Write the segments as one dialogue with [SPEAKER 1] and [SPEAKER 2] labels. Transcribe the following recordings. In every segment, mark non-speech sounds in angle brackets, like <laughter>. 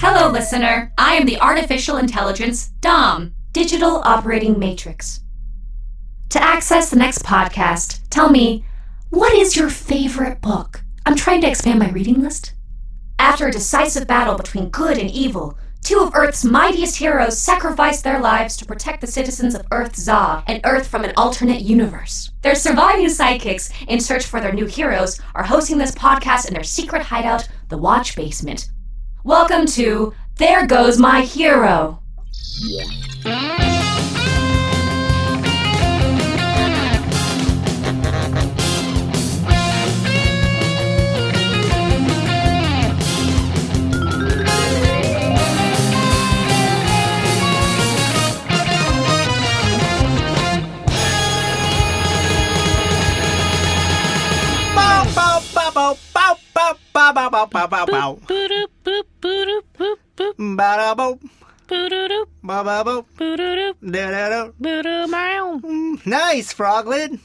[SPEAKER 1] Hello, listener. I am the artificial intelligence, Dom, Digital Operating Matrix. To access the next podcast, tell me, what is your favorite book? I'm trying to expand my reading list. After a decisive battle between good and evil, two of Earth's mightiest heroes sacrificed their lives to protect the citizens of Earth Za and Earth from an alternate universe. Their surviving sidekicks, in search for their new heroes, are hosting this podcast in their secret hideout, the Watch Basement. Welcome to There Goes My Hero.
[SPEAKER 2] Bow, bow, bow, bow, bow, bow, bow, bow, bow, bow, bow, bow.
[SPEAKER 3] Boop, boop, boop, boop, boop,
[SPEAKER 2] Ba-da-bow,
[SPEAKER 3] boop,
[SPEAKER 2] ba-ba-bow,
[SPEAKER 3] boop,
[SPEAKER 2] da-da-do.
[SPEAKER 3] boop, meow.
[SPEAKER 2] Mm, Nice, Froglet.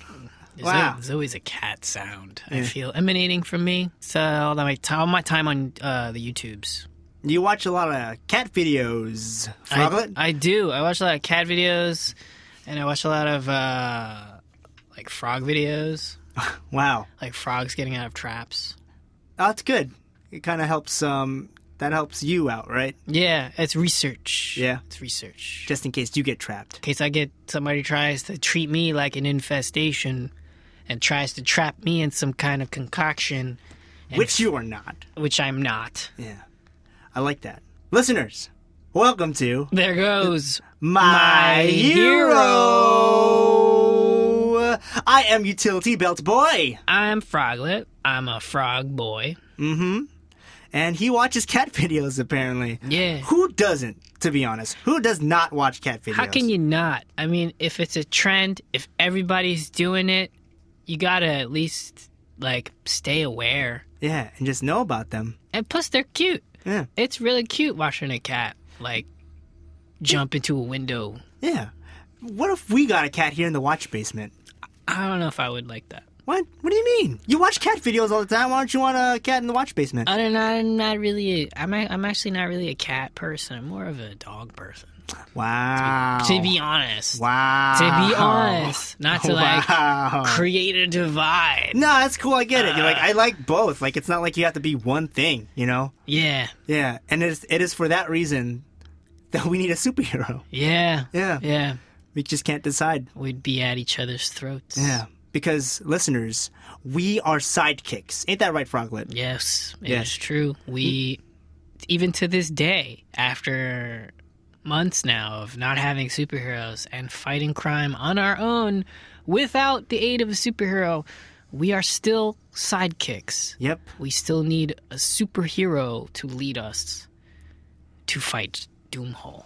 [SPEAKER 3] There's,
[SPEAKER 2] Wow.
[SPEAKER 3] al- there's always a cat sound I feel emanating from me. So all my time, all my time on uh, the YouTubes.
[SPEAKER 2] You watch a lot of cat videos,
[SPEAKER 3] I,
[SPEAKER 2] Froglet.
[SPEAKER 3] I do. I watch a lot of cat videos, and I watch a lot of uh, like frog videos,
[SPEAKER 2] Wow,
[SPEAKER 3] like frogs getting out of traps.
[SPEAKER 2] that's good. It kind of helps. Um, that helps you out, right?
[SPEAKER 3] Yeah, it's research.
[SPEAKER 2] Yeah.
[SPEAKER 3] it's research.
[SPEAKER 2] Just in case you get trapped.
[SPEAKER 3] in case I get somebody tries to treat me like an infestation and tries to trap me in some kind of concoction, and
[SPEAKER 2] Which you are not.
[SPEAKER 3] which I'm not.
[SPEAKER 2] Yeah, I like that. Listeners, welcome to
[SPEAKER 3] There goes.
[SPEAKER 2] My
[SPEAKER 3] My
[SPEAKER 2] Hero. I am Utility Belt Boy.
[SPEAKER 3] I'm Froglet. I'm a frog boy.
[SPEAKER 2] Mm-hmm. and he watches cat <laughs> videos apparently.
[SPEAKER 3] Yeah.
[SPEAKER 2] Who doesn't, to be honest? Who does not watch cat videos?
[SPEAKER 3] How can you not? I mean, if it's a trend, if everybody's doing it, you gotta at least like stay aware.
[SPEAKER 2] Yeah, and just know about them.
[SPEAKER 3] And plus, they're cute.
[SPEAKER 2] Yeah.
[SPEAKER 3] It's really cute watching a cat like jump into a window.
[SPEAKER 2] Yeah. What if we got a cat here in the watch basement?
[SPEAKER 3] I don't know if I would like that.
[SPEAKER 2] What? What do you mean? You watch cat videos all the time. Why don't you want a cat in the watch basement?
[SPEAKER 3] I don't know. I'm not really. A, I'm. A, I'm actually not really a cat person. I'm more of a dog person.
[SPEAKER 2] wow.
[SPEAKER 3] To be honest.
[SPEAKER 2] Oh. Wow. <laughs>
[SPEAKER 3] To be honest, not to like
[SPEAKER 2] Wow.
[SPEAKER 3] create a divide.
[SPEAKER 2] No, that's cool. I get it. You're like
[SPEAKER 3] Uh.
[SPEAKER 2] I like both. Like it's not like you have to be one thing, you know?
[SPEAKER 3] Yeah.
[SPEAKER 2] Yeah, and it is, it is for that reason that we need a superhero. <laughs>
[SPEAKER 3] Yeah.
[SPEAKER 2] Yeah.
[SPEAKER 3] Yeah.
[SPEAKER 2] We just can't decide.
[SPEAKER 3] We'd be at each other's throats.
[SPEAKER 2] Yeah, because listeners, we are sidekicks. Ain't that right, Froglet?
[SPEAKER 3] Yes. It's
[SPEAKER 2] Yeah. Mm.
[SPEAKER 3] true. We, even to this day, after months now of not having superheroes and fighting crime on our own without the aid of a superhero, we are still sidekicks.
[SPEAKER 2] Yep.
[SPEAKER 3] We still need a superhero to lead us to fight Doomhole.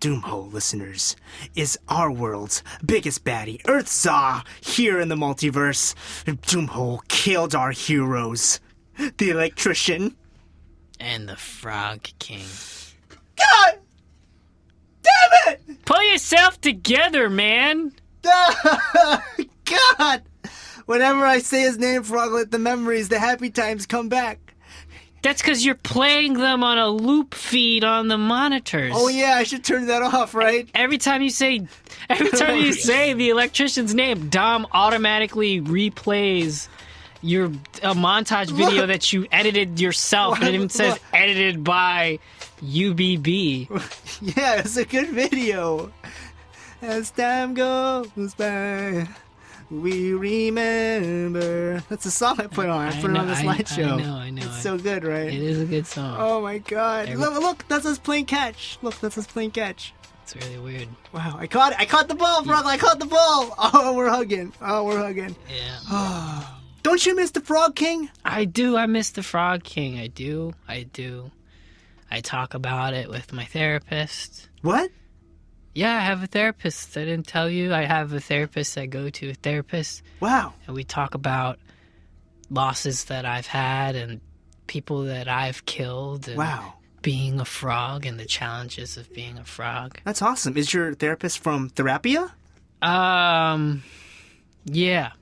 [SPEAKER 2] Doomhole listeners is our world's biggest baddie, Earthsaw, here in the multiverse. Doomhole killed our heroes. The electrician.
[SPEAKER 3] And the Frog King.
[SPEAKER 2] God damn it!
[SPEAKER 3] Pull yourself together, man!
[SPEAKER 2] <laughs> God! Whenever I say his name, Froglet, the memories, the happy times come back.
[SPEAKER 3] That's because you're playing them on a loop feed on the monitors.
[SPEAKER 2] Oh yeah, I should turn that off, right?
[SPEAKER 3] Every time you say, <laughs> every time
[SPEAKER 2] <laughs>
[SPEAKER 3] you say the electrician's name, Dom automatically replays your a montage video that you edited yourself, and it even says
[SPEAKER 2] What?
[SPEAKER 3] edited by UBB.
[SPEAKER 2] <laughs> Yeah, it's a good video. As time goes by, we remember. That's a song I put on. I,
[SPEAKER 3] I
[SPEAKER 2] put it on the
[SPEAKER 3] know, I- I
[SPEAKER 2] slideshow.
[SPEAKER 3] know, I know.
[SPEAKER 2] It's so good, right?
[SPEAKER 3] It is a good song.
[SPEAKER 2] Oh my god!
[SPEAKER 3] Every-
[SPEAKER 2] Look, look, that's us playing catch. Look, that's us playing catch.
[SPEAKER 3] It's really weird.
[SPEAKER 2] Wow, I caught it! I caught the ball, Frog! I caught the ball! <laughs> Oh, we're hugging! Oh, we're
[SPEAKER 3] <sighs>
[SPEAKER 2] hugging!
[SPEAKER 3] Yeah.
[SPEAKER 2] Don't you miss the Frog King?
[SPEAKER 3] I do. I miss the Frog King. I do. I do. I talk about it with my therapist.
[SPEAKER 2] What?
[SPEAKER 3] Yeah, I have a therapist. I didn't tell you. I have a therapist. I go to a therapist,
[SPEAKER 2] Wow!
[SPEAKER 3] and we talk about losses that I've had and people that I've killed. And
[SPEAKER 2] Wow!
[SPEAKER 3] Being a frog and the challenges of being a frog.
[SPEAKER 2] That's awesome. Is your therapist from Therapia?
[SPEAKER 3] Um, yeah,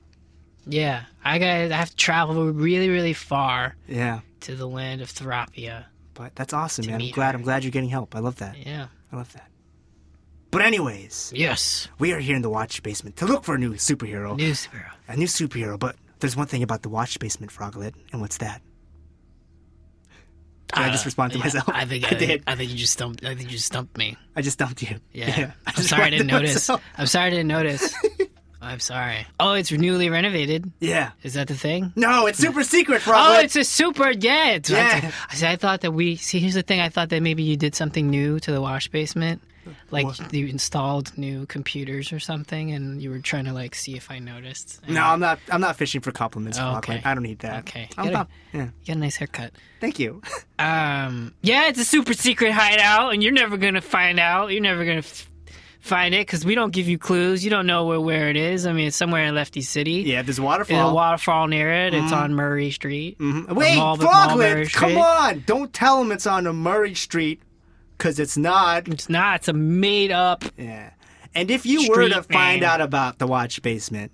[SPEAKER 3] yeah. I got. I have to travel really, really far
[SPEAKER 2] Yeah.
[SPEAKER 3] to the land of Therapia.
[SPEAKER 2] But that's awesome,
[SPEAKER 3] To
[SPEAKER 2] man. I'm
[SPEAKER 3] meet
[SPEAKER 2] glad.
[SPEAKER 3] her.
[SPEAKER 2] I'm glad you're getting help. I love that.
[SPEAKER 3] Yeah.
[SPEAKER 2] I love that. But anyways,
[SPEAKER 3] Yes.
[SPEAKER 2] we are here in the Watch Basement to look for a new superhero,
[SPEAKER 3] New superhero.
[SPEAKER 2] a new superhero. But there's one thing about the Watch Basement, Froglet, and what's that? Did I just respond to
[SPEAKER 3] Uh, yeah,
[SPEAKER 2] myself?
[SPEAKER 3] I think I,
[SPEAKER 2] <laughs> I did.
[SPEAKER 3] I think you just stumped. I think you just stumped me.
[SPEAKER 2] I just dumped you.
[SPEAKER 3] Yeah.
[SPEAKER 2] <laughs>
[SPEAKER 3] I'm
[SPEAKER 2] just
[SPEAKER 3] sorry I didn't
[SPEAKER 2] wanted to
[SPEAKER 3] notice.
[SPEAKER 2] myself.
[SPEAKER 3] I'm sorry I
[SPEAKER 2] <laughs>
[SPEAKER 3] didn't notice. I'm sorry. Oh, it's newly renovated. <laughs>
[SPEAKER 2] Yeah.
[SPEAKER 3] Is that the thing?
[SPEAKER 2] No, it's super secret,
[SPEAKER 3] Oh,
[SPEAKER 2] Froglet.
[SPEAKER 3] it's a super yeah. It's,
[SPEAKER 2] Yeah.
[SPEAKER 3] I said I thought that we see. Here's the thing. I thought that maybe you did something new to the wash basement, like
[SPEAKER 2] What?
[SPEAKER 3] you installed new computers or something, and you were trying to like see if I noticed. And
[SPEAKER 2] no, I'm not. I'm not fishing for compliments,
[SPEAKER 3] Oh,
[SPEAKER 2] Froglet.
[SPEAKER 3] okay.
[SPEAKER 2] I don't need that.
[SPEAKER 3] Okay.
[SPEAKER 2] I'm
[SPEAKER 3] Get
[SPEAKER 2] not-
[SPEAKER 3] it.
[SPEAKER 2] yeah.
[SPEAKER 3] You got a nice haircut.
[SPEAKER 2] Thank you. <laughs>
[SPEAKER 3] Um, yeah, it's a super secret hideout, and you're never gonna find out. You're never gonna f- find it because we don't give you clues. You don't know where where it is. I mean, it's somewhere in Lefty City.
[SPEAKER 2] Yeah, mm-hmm. there's a
[SPEAKER 3] There's a
[SPEAKER 2] waterfall.
[SPEAKER 3] waterfall near it. It's on Murray Street.
[SPEAKER 2] Mhm. Wait,
[SPEAKER 3] Mulber- Mulberry
[SPEAKER 2] Froglet,
[SPEAKER 3] Street.
[SPEAKER 2] come on! Don't tell him it's on a Murray Street, because it's not.
[SPEAKER 3] It's not. It's a made up.
[SPEAKER 2] Yeah. And if you were to
[SPEAKER 3] Street
[SPEAKER 2] find
[SPEAKER 3] man.
[SPEAKER 2] out about the Watch Basement,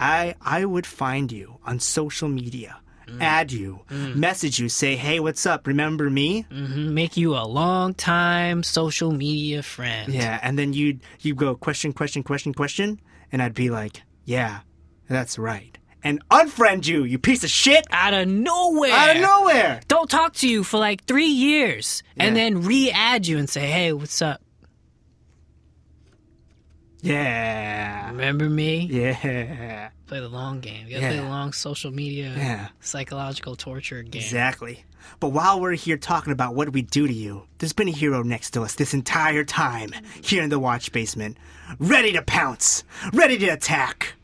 [SPEAKER 2] I I would find you on social media,
[SPEAKER 3] Mm.
[SPEAKER 2] add you, message you, say, "Hey, what's up? Remember me?"
[SPEAKER 3] Mhm, Make you a long time social media friend.
[SPEAKER 2] Yeah, and then you'd you go question, question, question, question, and I'd be like, "Yeah, that's right," and unfriend you, you piece of shit,
[SPEAKER 3] Out of nowhere.
[SPEAKER 2] out of nowhere.
[SPEAKER 3] Don't talk to you for like three years, and
[SPEAKER 2] Yeah.
[SPEAKER 3] then re-add you and say, "Hey, what's up?
[SPEAKER 2] Yeah,
[SPEAKER 3] Remember me?"
[SPEAKER 2] yeah,
[SPEAKER 3] Play the long game. You gotta play
[SPEAKER 2] Yeah.
[SPEAKER 3] the long social media
[SPEAKER 2] Yeah.
[SPEAKER 3] psychological torture game.
[SPEAKER 2] exactly. But while we're here talking about what we do to you, there's been a hero next to us this entire time here in the watch basement, ready to pounce, ready to attack.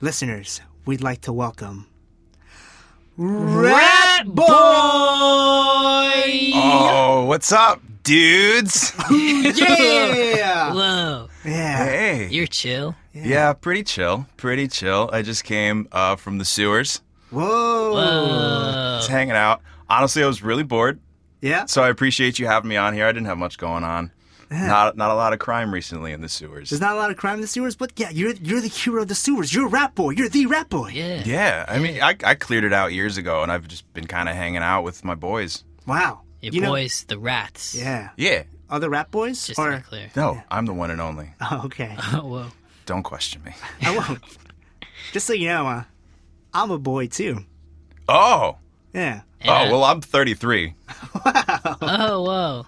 [SPEAKER 2] Listeners, we'd like to welcome Rat
[SPEAKER 3] <laughs> Boy!
[SPEAKER 4] Oh, what's up, dudes?
[SPEAKER 2] Yeah,
[SPEAKER 3] Whoa,
[SPEAKER 2] yeah.
[SPEAKER 4] Hey.
[SPEAKER 3] you're chill.
[SPEAKER 4] Yeah, pretty chill. Pretty chill. I just came uh, from the sewers.
[SPEAKER 2] Whoa.
[SPEAKER 3] Whoa.
[SPEAKER 4] Just hanging out. Honestly, I was really bored,
[SPEAKER 2] Yeah.
[SPEAKER 4] so I appreciate you having me on here. I didn't have much going on. Not not a lot of crime recently in the sewers.
[SPEAKER 2] There's not a lot of crime in the sewers, but yeah, you're you're the hero of the sewers. You're a rap boy. You're the rap boy.
[SPEAKER 3] Yeah.
[SPEAKER 4] Yeah, I mean, I, I cleared it out years ago, and I've just been kind of hanging out with my boys.
[SPEAKER 2] Wow.
[SPEAKER 3] Your
[SPEAKER 2] You know-
[SPEAKER 3] boys, the rats.
[SPEAKER 2] yeah.
[SPEAKER 4] Yeah.
[SPEAKER 2] Other rap boys?
[SPEAKER 3] Just
[SPEAKER 2] or
[SPEAKER 3] to be clear. <laughs>
[SPEAKER 4] No, I'm the one and only.
[SPEAKER 2] Oh, <laughs> okay.
[SPEAKER 3] Oh, whoa.
[SPEAKER 4] Don't question <laughs> me.
[SPEAKER 2] I won't. Just so you know, uh, I'm a boy too.
[SPEAKER 4] Oh.
[SPEAKER 2] Yeah.
[SPEAKER 4] Oh, well, I'm 33.
[SPEAKER 3] Oh, whoa.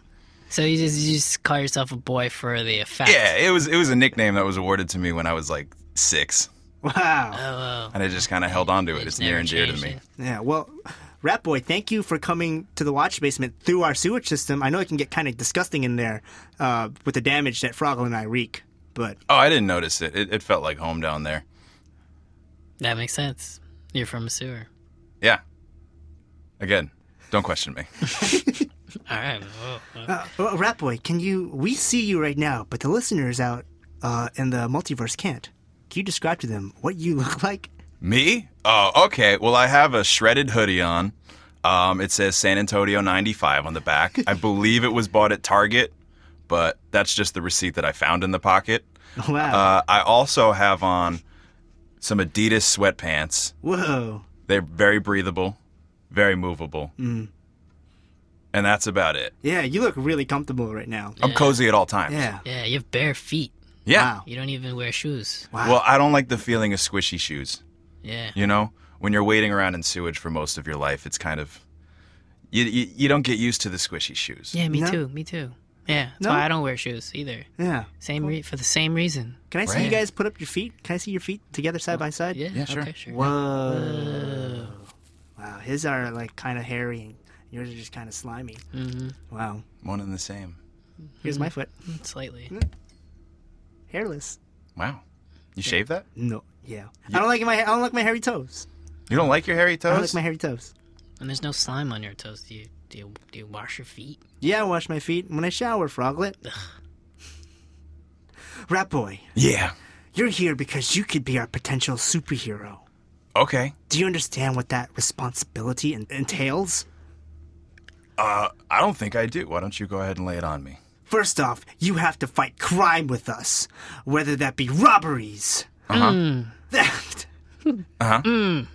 [SPEAKER 3] So you just you just call yourself a boy for the effect.
[SPEAKER 4] Yeah, it was it was a nickname that was awarded to me when I was like 6,
[SPEAKER 2] Wow.
[SPEAKER 3] Oh, whoa.
[SPEAKER 4] and I just kind of held on to it. It's near
[SPEAKER 3] never
[SPEAKER 4] and dear to
[SPEAKER 3] changed
[SPEAKER 4] me.
[SPEAKER 3] it.
[SPEAKER 2] Yeah. Well, rap boy, thank you for coming to the watch basement through our sewage system. I know it can get kind of disgusting in there uh, with the damage that Froggle and I wreak, but
[SPEAKER 4] Oh, I didn't notice it. it. It felt like home down there.
[SPEAKER 3] That makes sense. You're from a sewer.
[SPEAKER 4] Yeah. Again, don't question me. <laughs>
[SPEAKER 3] All right. Whoa. whoa.
[SPEAKER 2] uh, uh, rap boy, can you? We see you right now, but the listeners out uh, in the multiverse can't. Can you describe to them what you <laughs> look like?
[SPEAKER 4] me? Oh, okay. Well, I have a shredded hoodie on. Um, it says San Antonio 95 on the back. I believe it was bought at Target, but that's just the receipt that I found in the pocket.
[SPEAKER 2] Wow.
[SPEAKER 4] Uh, I also have on some Adidas sweatpants.
[SPEAKER 2] Whoa.
[SPEAKER 4] They're very breathable, very movable. And that's about it.
[SPEAKER 2] Yeah, you look really comfortable right now.
[SPEAKER 4] I'm cozy at all times.
[SPEAKER 2] Yeah.
[SPEAKER 3] Yeah, you have bare feet.
[SPEAKER 4] Yeah.
[SPEAKER 2] Wow.
[SPEAKER 3] You don't even wear shoes.
[SPEAKER 2] Wow.
[SPEAKER 4] Well, I don't like the feeling of squishy shoes.
[SPEAKER 3] Yeah.
[SPEAKER 4] You know, when you're waiting around in sewage for most of your life, it's kind of you you, you don't get used to the squishy shoes.
[SPEAKER 3] Yeah, me
[SPEAKER 2] No.
[SPEAKER 3] too. Me too. Yeah, that's
[SPEAKER 2] No.
[SPEAKER 3] why I don't wear shoes either.
[SPEAKER 2] yeah.
[SPEAKER 3] Same re- for the same reason.
[SPEAKER 2] Can I see you
[SPEAKER 4] Right.
[SPEAKER 2] guys put up your feet? Can I see your feet together side by side?
[SPEAKER 3] Yeah,
[SPEAKER 4] Yeah, sure.
[SPEAKER 3] Okay, sure.
[SPEAKER 2] Whoa. Wow. His are like kind of hairy and yours are just kind of slimy. Wow.
[SPEAKER 4] One and the same.
[SPEAKER 2] Here's my foot.
[SPEAKER 3] Mm, Slightly.
[SPEAKER 2] Hairless.
[SPEAKER 4] Wow. You shave that?
[SPEAKER 2] No. Yeah. I don't like my I don't like my hairy toes.
[SPEAKER 4] You don't like your hairy
[SPEAKER 2] I don't like
[SPEAKER 4] toes?
[SPEAKER 2] my hairy toes.
[SPEAKER 3] And there's no slime on your toes. Do you do you, do you wash your feet?
[SPEAKER 2] Yeah, I wash my feet when I shower, Froglet. <sighs> Rat boy,
[SPEAKER 4] yeah.
[SPEAKER 2] you're here because you could be our potential superhero.
[SPEAKER 4] Okay.
[SPEAKER 2] Do you understand what that responsibility en- entails?
[SPEAKER 4] Uh, I don't think I do. Why don't you go ahead and lay it on me?
[SPEAKER 2] First off, you have to fight crime with us, whether that be robberies,
[SPEAKER 4] Uh huh.
[SPEAKER 2] theft,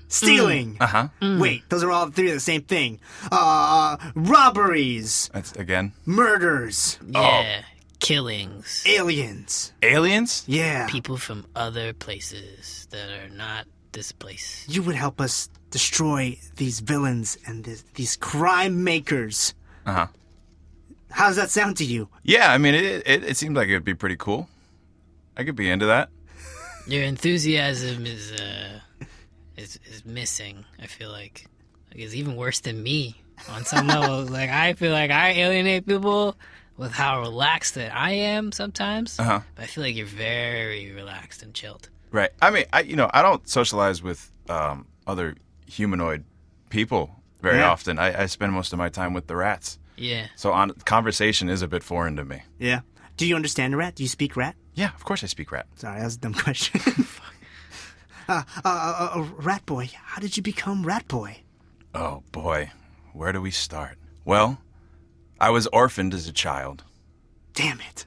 [SPEAKER 2] Stealing.
[SPEAKER 4] Uh huh.
[SPEAKER 2] Wait, those are all three of the same thing. Uh, robberies,
[SPEAKER 4] That's again
[SPEAKER 2] murders,
[SPEAKER 4] Oh.
[SPEAKER 3] Yeah. Killings.
[SPEAKER 2] aliens.
[SPEAKER 4] aliens.
[SPEAKER 2] Yeah.
[SPEAKER 3] People from other places that are not this place.
[SPEAKER 2] You would help us destroy these villains and this, these crime makers.
[SPEAKER 4] Uh huh.
[SPEAKER 2] How does that sound to you?
[SPEAKER 4] Yeah, I mean, it, it it seemed like it'd be pretty cool. I could be into that.
[SPEAKER 3] Your enthusiasm is uh is is missing, I feel like. Like it's even worse than me on
[SPEAKER 4] <laughs>
[SPEAKER 3] some levels. Like I feel like I alienate people with how relaxed that I am sometimes.
[SPEAKER 4] Uh-huh.
[SPEAKER 3] But I feel like you're very relaxed and chilled.
[SPEAKER 4] Right. I mean, I you know, I don't socialize with um, other humanoid people very
[SPEAKER 2] Yeah.
[SPEAKER 4] often. I, I spend most of my time with the rats,
[SPEAKER 3] Yeah.
[SPEAKER 4] so on conversation is a bit foreign to me.
[SPEAKER 2] Yeah. Do you understand a rat? Do you speak rat?
[SPEAKER 4] Yeah, of course I speak rat.
[SPEAKER 2] Sorry, that was a dumb <laughs> question. uh, uh, uh, uh, rat boy, how did you become rat boy?
[SPEAKER 4] Oh boy, where do we start? Well, I was orphaned as a child,
[SPEAKER 2] Damn it.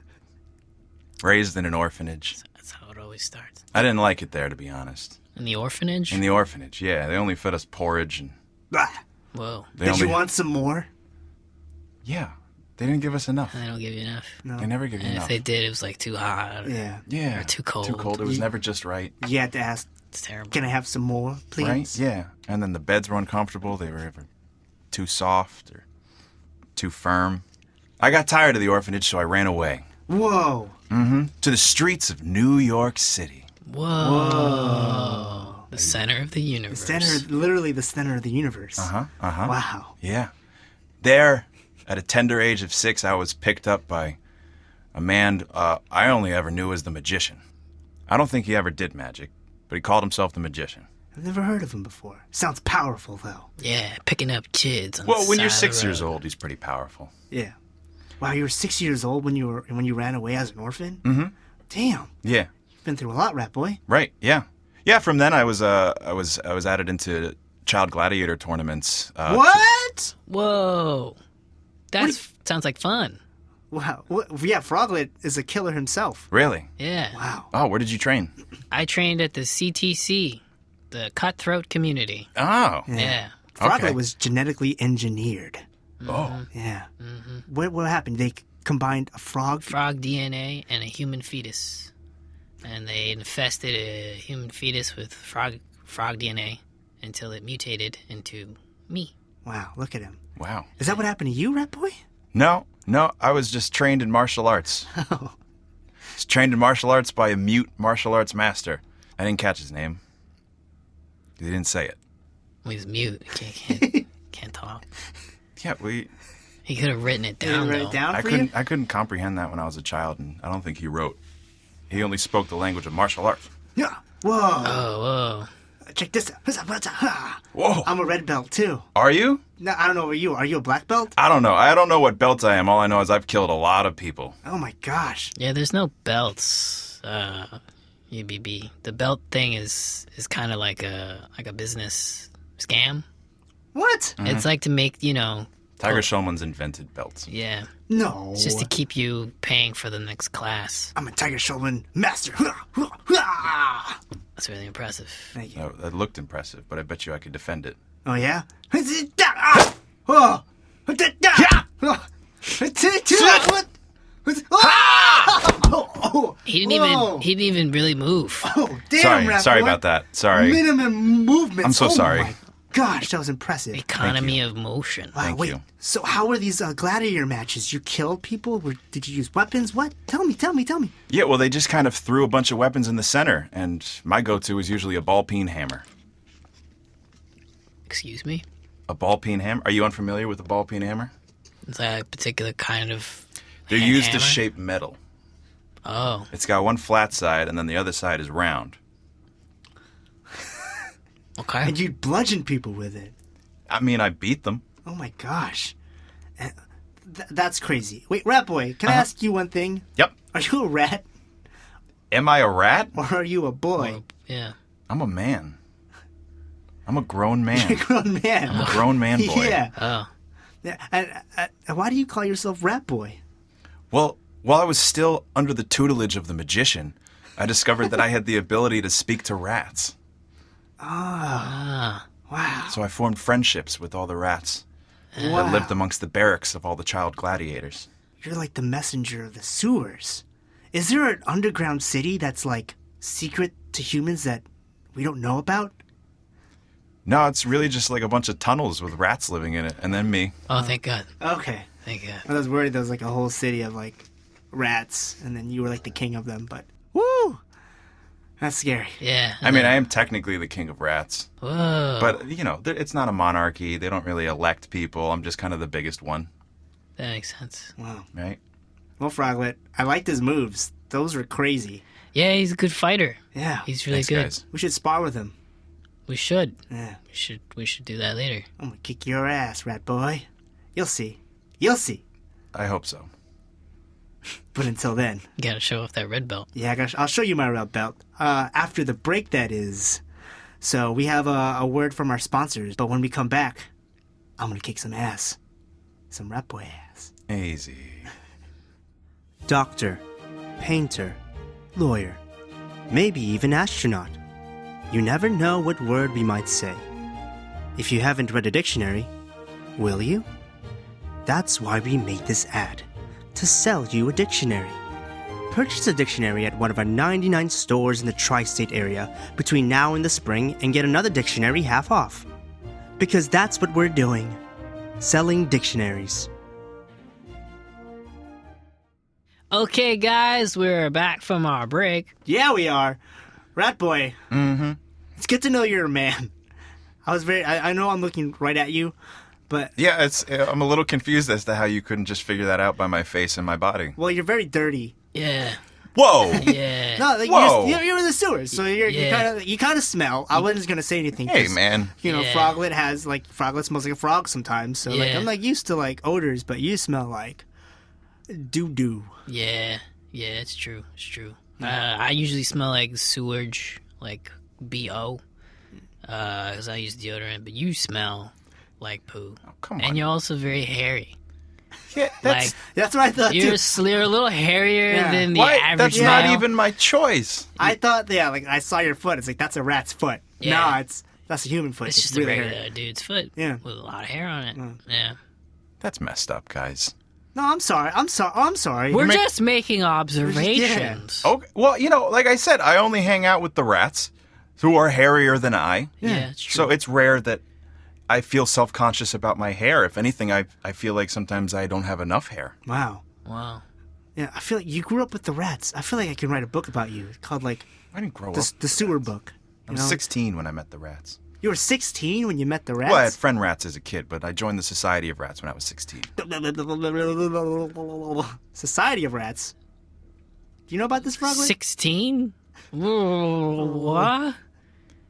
[SPEAKER 4] raised in an orphanage.
[SPEAKER 3] That's how it always starts.
[SPEAKER 4] I didn't like it there, to be honest.
[SPEAKER 3] In the orphanage?
[SPEAKER 4] In the orphanage, yeah, they only fed us porridge and
[SPEAKER 2] Ah,
[SPEAKER 3] Whoa.
[SPEAKER 4] they
[SPEAKER 2] did
[SPEAKER 4] only
[SPEAKER 2] you want some more?
[SPEAKER 4] yeah, they didn't give us enough.
[SPEAKER 3] They don't give you enough.
[SPEAKER 4] They never give you
[SPEAKER 3] Uh, And
[SPEAKER 4] enough.
[SPEAKER 3] if they did, it was like too hot.
[SPEAKER 2] Yeah.
[SPEAKER 4] yeah,
[SPEAKER 3] too cold.
[SPEAKER 4] Too cold. It was never just right.
[SPEAKER 2] You had to ask,
[SPEAKER 3] It's terrible.
[SPEAKER 2] can I have some more, please?
[SPEAKER 4] Right? Yeah. And then the beds were uncomfortable. They were ever too soft or too firm. I got tired of the orphanage, so I ran away
[SPEAKER 2] Whoa.
[SPEAKER 4] to the streets of New York City.
[SPEAKER 3] Whoa. The center of the universe.
[SPEAKER 2] Center, literally the center of the universe.
[SPEAKER 4] Huh? Uh
[SPEAKER 2] uh-huh.
[SPEAKER 4] huh.
[SPEAKER 2] Wow.
[SPEAKER 4] Yeah. There, at a tender age of six, I was picked up by a man uh, I only ever knew as the magician. I don't think he ever did magic, but he called himself the magician.
[SPEAKER 2] I've never heard of him before. Sounds powerful, though.
[SPEAKER 3] Yeah, picking up kids. On
[SPEAKER 4] Well,
[SPEAKER 3] the
[SPEAKER 4] when you're
[SPEAKER 3] side of
[SPEAKER 4] six
[SPEAKER 3] the
[SPEAKER 4] years
[SPEAKER 3] road.
[SPEAKER 4] old, he's pretty powerful.
[SPEAKER 2] Yeah. Wow, you were six years old when you were when you ran away as an orphan. Mm-hmm. Damn,
[SPEAKER 4] Yeah.
[SPEAKER 2] you've been through a lot, rat boy.
[SPEAKER 4] Right. Yeah. Yeah. From then, I was uh, I was I was added into child gladiator tournaments. Uh,
[SPEAKER 2] what?
[SPEAKER 3] Whoa. That sounds like fun.
[SPEAKER 2] Wow. What? Yeah, Froglet is a killer himself.
[SPEAKER 4] Really?
[SPEAKER 3] Yeah.
[SPEAKER 2] Wow.
[SPEAKER 4] Oh, where did you train?
[SPEAKER 3] I trained at the CTC, the cutthroat community.
[SPEAKER 4] Oh.
[SPEAKER 3] Yeah.
[SPEAKER 2] Froglet
[SPEAKER 4] Okay.
[SPEAKER 2] was genetically engineered.
[SPEAKER 4] Oh.
[SPEAKER 2] Yeah.
[SPEAKER 3] Mm-hmm.
[SPEAKER 2] What what happened? They c- combined a frog.
[SPEAKER 3] Frog DNA and a human fetus. And they infested a human fetus with frog frog DNA until it mutated into me.
[SPEAKER 2] wow, look at him.
[SPEAKER 4] Wow.
[SPEAKER 2] Is that what happened to you, rat boy?
[SPEAKER 4] No, no, I was just trained in martial arts.
[SPEAKER 2] <laughs> Oh.
[SPEAKER 4] was trained in martial arts by a mute martial arts master. I didn't catch his name. He didn't say it.
[SPEAKER 3] He was mute. Can't, can't, can't talk.
[SPEAKER 4] Yeah, we.
[SPEAKER 3] He could have written it
[SPEAKER 2] Did
[SPEAKER 3] down.
[SPEAKER 2] you write
[SPEAKER 3] though.
[SPEAKER 2] it down
[SPEAKER 4] I
[SPEAKER 2] for
[SPEAKER 4] couldn't.
[SPEAKER 2] you?
[SPEAKER 4] I couldn't comprehend that when I was a child, and I don't think he wrote. He only spoke the language of martial arts.
[SPEAKER 2] Yeah. Whoa.
[SPEAKER 3] Oh, whoa.
[SPEAKER 2] Check this out. What's up, what's up? Ha.
[SPEAKER 4] Whoa.
[SPEAKER 2] I'm a red belt too.
[SPEAKER 4] Are you?
[SPEAKER 2] No, I don't know where you are. Are you a black belt?
[SPEAKER 4] I don't know. I don't know what belt I am. All I know is I've killed a lot of people.
[SPEAKER 2] Oh my gosh.
[SPEAKER 3] Yeah, there's no belts. Uh, UBB. The belt thing is is kind of like a like a business scam.
[SPEAKER 2] Mm-hmm. What?
[SPEAKER 3] It's like to make you know,
[SPEAKER 4] Tiger Shulman's invented belts.
[SPEAKER 3] yeah,
[SPEAKER 2] No.
[SPEAKER 3] it's just to keep you paying for the next class.
[SPEAKER 2] I'm a Tiger Shulman master. Hurrah, hurrah, hurrah.
[SPEAKER 3] That's really impressive.
[SPEAKER 2] Thank you.
[SPEAKER 4] Oh, that looked impressive, but I bet you I could defend it.
[SPEAKER 2] Oh yeah. Ah! Oh. Ah! Oh. What? Ah! <laughs> Oh, oh.
[SPEAKER 3] He didn't
[SPEAKER 2] Whoa.
[SPEAKER 3] even he didn't even really move.
[SPEAKER 2] Oh, damn,
[SPEAKER 4] sorry,
[SPEAKER 2] Rat
[SPEAKER 4] sorry
[SPEAKER 2] Boy.
[SPEAKER 4] about that. Sorry.
[SPEAKER 2] Minimum movement.
[SPEAKER 4] I'm so
[SPEAKER 2] oh,
[SPEAKER 4] sorry.
[SPEAKER 2] My gosh, that was impressive.
[SPEAKER 3] Economy of motion.
[SPEAKER 2] Wow,
[SPEAKER 4] Thank
[SPEAKER 2] wait.
[SPEAKER 4] you.
[SPEAKER 2] So, how were these uh, gladiator matches? You killed people? Were, did you use weapons? What? Tell me, tell me, tell me.
[SPEAKER 4] Yeah, well, they just kind of threw a bunch of weapons in the center, and my go-to is usually a ball peen hammer.
[SPEAKER 3] Excuse me.
[SPEAKER 4] A ball peen hammer? Are you unfamiliar with a ball peen hammer?
[SPEAKER 3] Is that a particular kind of?
[SPEAKER 4] They're
[SPEAKER 3] Ha-
[SPEAKER 4] used to
[SPEAKER 3] hammer?
[SPEAKER 4] shape metal.
[SPEAKER 3] Oh,
[SPEAKER 4] It's got one flat side, and then the other side is round.
[SPEAKER 3] okay.
[SPEAKER 2] And you bludgeoned people with it.
[SPEAKER 4] I mean, I beat them.
[SPEAKER 2] Oh my gosh. Uh, Th- that's crazy. Wait, Rat Boy, can
[SPEAKER 4] Uh-huh.
[SPEAKER 2] I ask you one thing?
[SPEAKER 4] Yep.
[SPEAKER 2] Are you a rat
[SPEAKER 4] Am I a rat?
[SPEAKER 2] or are you a boy?
[SPEAKER 3] Well, yeah.
[SPEAKER 4] I'm a man. I'm a grown
[SPEAKER 2] You're <laughs> <laughs>
[SPEAKER 4] man.
[SPEAKER 2] a grown man.
[SPEAKER 4] grown man
[SPEAKER 2] <laughs>
[SPEAKER 4] boy.
[SPEAKER 2] Yeah.
[SPEAKER 3] Oh,
[SPEAKER 2] Yeah, and, uh, uh, why do you call yourself Rat Boy?
[SPEAKER 4] Well, while I was still under the tutelage of the magician, I discovered that I had the ability to speak to rats.
[SPEAKER 3] Ah,
[SPEAKER 2] Wow.
[SPEAKER 4] So I formed friendships with all the rats that
[SPEAKER 2] wow.
[SPEAKER 4] lived amongst the barracks of all the child gladiators.
[SPEAKER 2] You're like the messenger of the sewers. Is there an underground city that's like secret to humans that we don't know about?
[SPEAKER 4] No, it's really just like a bunch of tunnels with rats living in it, and then me.
[SPEAKER 3] oh, thank God,
[SPEAKER 2] Okay.
[SPEAKER 3] thank God.
[SPEAKER 2] I was worried there was like a whole city of like rats, and then you were like the king of them, but woo! That's scary.
[SPEAKER 3] Yeah. Oh,
[SPEAKER 4] I mean, I am technically the king of rats,
[SPEAKER 3] whoa.
[SPEAKER 4] but you know, th- it's not a monarchy. They don't really elect people. I'm just kind of the biggest one,
[SPEAKER 3] That makes sense.
[SPEAKER 2] Wow.
[SPEAKER 4] right?
[SPEAKER 2] Well, Froglet, I liked his moves. Those were crazy.
[SPEAKER 3] Yeah, he's a good fighter.
[SPEAKER 2] Yeah.
[SPEAKER 3] He's really
[SPEAKER 4] Thanks,
[SPEAKER 3] good.
[SPEAKER 4] guys.
[SPEAKER 2] We should spar with him.
[SPEAKER 3] We should.
[SPEAKER 2] Yeah.
[SPEAKER 3] We should. We should do that later.
[SPEAKER 2] I'm gonna kick your ass, rat boy. You'll see. You'll see.
[SPEAKER 4] I hope so.
[SPEAKER 2] But until then,
[SPEAKER 3] You gotta show off that red belt.
[SPEAKER 2] yeah, I gosh, I'll show you my red belt. Uh, after the break, that is. So we have a, a word from our sponsors, but when we come back, I'm gonna kick some ass. Some rat boy ass.
[SPEAKER 4] Easy.
[SPEAKER 2] doctor, painter, lawyer, maybe even astronaut. You never know what word we might say. If you haven't read a dictionary, will you? That's why we made this ad to sell you a dictionary. Purchase a dictionary at one of our 99 stores in the tri state area between now and the spring and get another dictionary half off. Because that's what we're doing selling dictionaries.
[SPEAKER 3] Okay, guys, we're back from our break.
[SPEAKER 2] Yeah, we are. Rat boy. Mm-hmm. It's good to know you're a man. I was very. I, I know I'm looking right at you, but
[SPEAKER 4] Yeah, it's. uh, I'm a little confused as to how you couldn't just figure that out by my face and my body.
[SPEAKER 2] well, you're very dirty.
[SPEAKER 4] <laughs>
[SPEAKER 3] Yeah.
[SPEAKER 4] Whoa!
[SPEAKER 3] Yeah.
[SPEAKER 2] No, like
[SPEAKER 4] Whoa. Mm-hmm.
[SPEAKER 2] You're, just, you're, you're in the sewers, so you're, you
[SPEAKER 3] Yeah.
[SPEAKER 2] kind of you kind of smell. I wasn't just gonna say anything.
[SPEAKER 4] hey,
[SPEAKER 2] 'cause,
[SPEAKER 4] man.
[SPEAKER 2] You know,
[SPEAKER 3] Yeah.
[SPEAKER 2] froglet has like froglet smells like a frog sometimes. So like
[SPEAKER 3] Yeah.
[SPEAKER 2] I'm like used to like odors, but you smell like doo doo.
[SPEAKER 3] Yeah, yeah, it's true. It's true. Uh, I usually smell like sewage, like bo, because I use deodorant. But you smell like poo,
[SPEAKER 4] Come on.
[SPEAKER 3] and you're also very hairy.
[SPEAKER 4] Yeah, that's
[SPEAKER 3] like
[SPEAKER 2] That's what I thought
[SPEAKER 3] you're,
[SPEAKER 2] too.
[SPEAKER 3] sl- you're a little hairier
[SPEAKER 2] Yeah.
[SPEAKER 3] than the
[SPEAKER 4] why.
[SPEAKER 3] average.
[SPEAKER 4] That's
[SPEAKER 3] male.
[SPEAKER 4] not even my choice.
[SPEAKER 2] I thought yeah, like I saw your foot. It's like that's a rat's foot.
[SPEAKER 3] Yeah.
[SPEAKER 2] Nah, it's that's a human foot.
[SPEAKER 3] It's just a
[SPEAKER 2] really
[SPEAKER 3] regular
[SPEAKER 2] hairy.
[SPEAKER 3] dude's foot
[SPEAKER 2] Yeah.
[SPEAKER 3] with a lot of hair on it.
[SPEAKER 4] Mm.
[SPEAKER 3] Yeah,
[SPEAKER 4] That's messed up, guys.
[SPEAKER 2] No, I'm sorry. I'm sorry. I'm sorry.
[SPEAKER 3] we're just making observations.
[SPEAKER 4] Okay. Oh, Well, you know, like I said, I only hang out with the rats, who are hairier than I.
[SPEAKER 3] Oh, yeah, it's true.
[SPEAKER 4] So it's rare that I feel self-conscious about my hair. If anything, I I feel like sometimes I don't have enough hair.
[SPEAKER 2] wow.
[SPEAKER 3] wow.
[SPEAKER 2] Yeah, I feel like you grew up with the rats. I feel like I can write a book about you called like
[SPEAKER 4] I didn't grow
[SPEAKER 2] the,
[SPEAKER 4] up.
[SPEAKER 2] the sewer book.
[SPEAKER 4] I was
[SPEAKER 2] know?
[SPEAKER 4] 16 when I met the rats.
[SPEAKER 2] You were 16 when you met the
[SPEAKER 4] Well, I had
[SPEAKER 2] rats.
[SPEAKER 4] friend rats as a kid, but I joined the Society of Rats when I was 16.
[SPEAKER 2] <laughs> Society of rats. Do you know about this froglet?
[SPEAKER 3] Sixteen. What?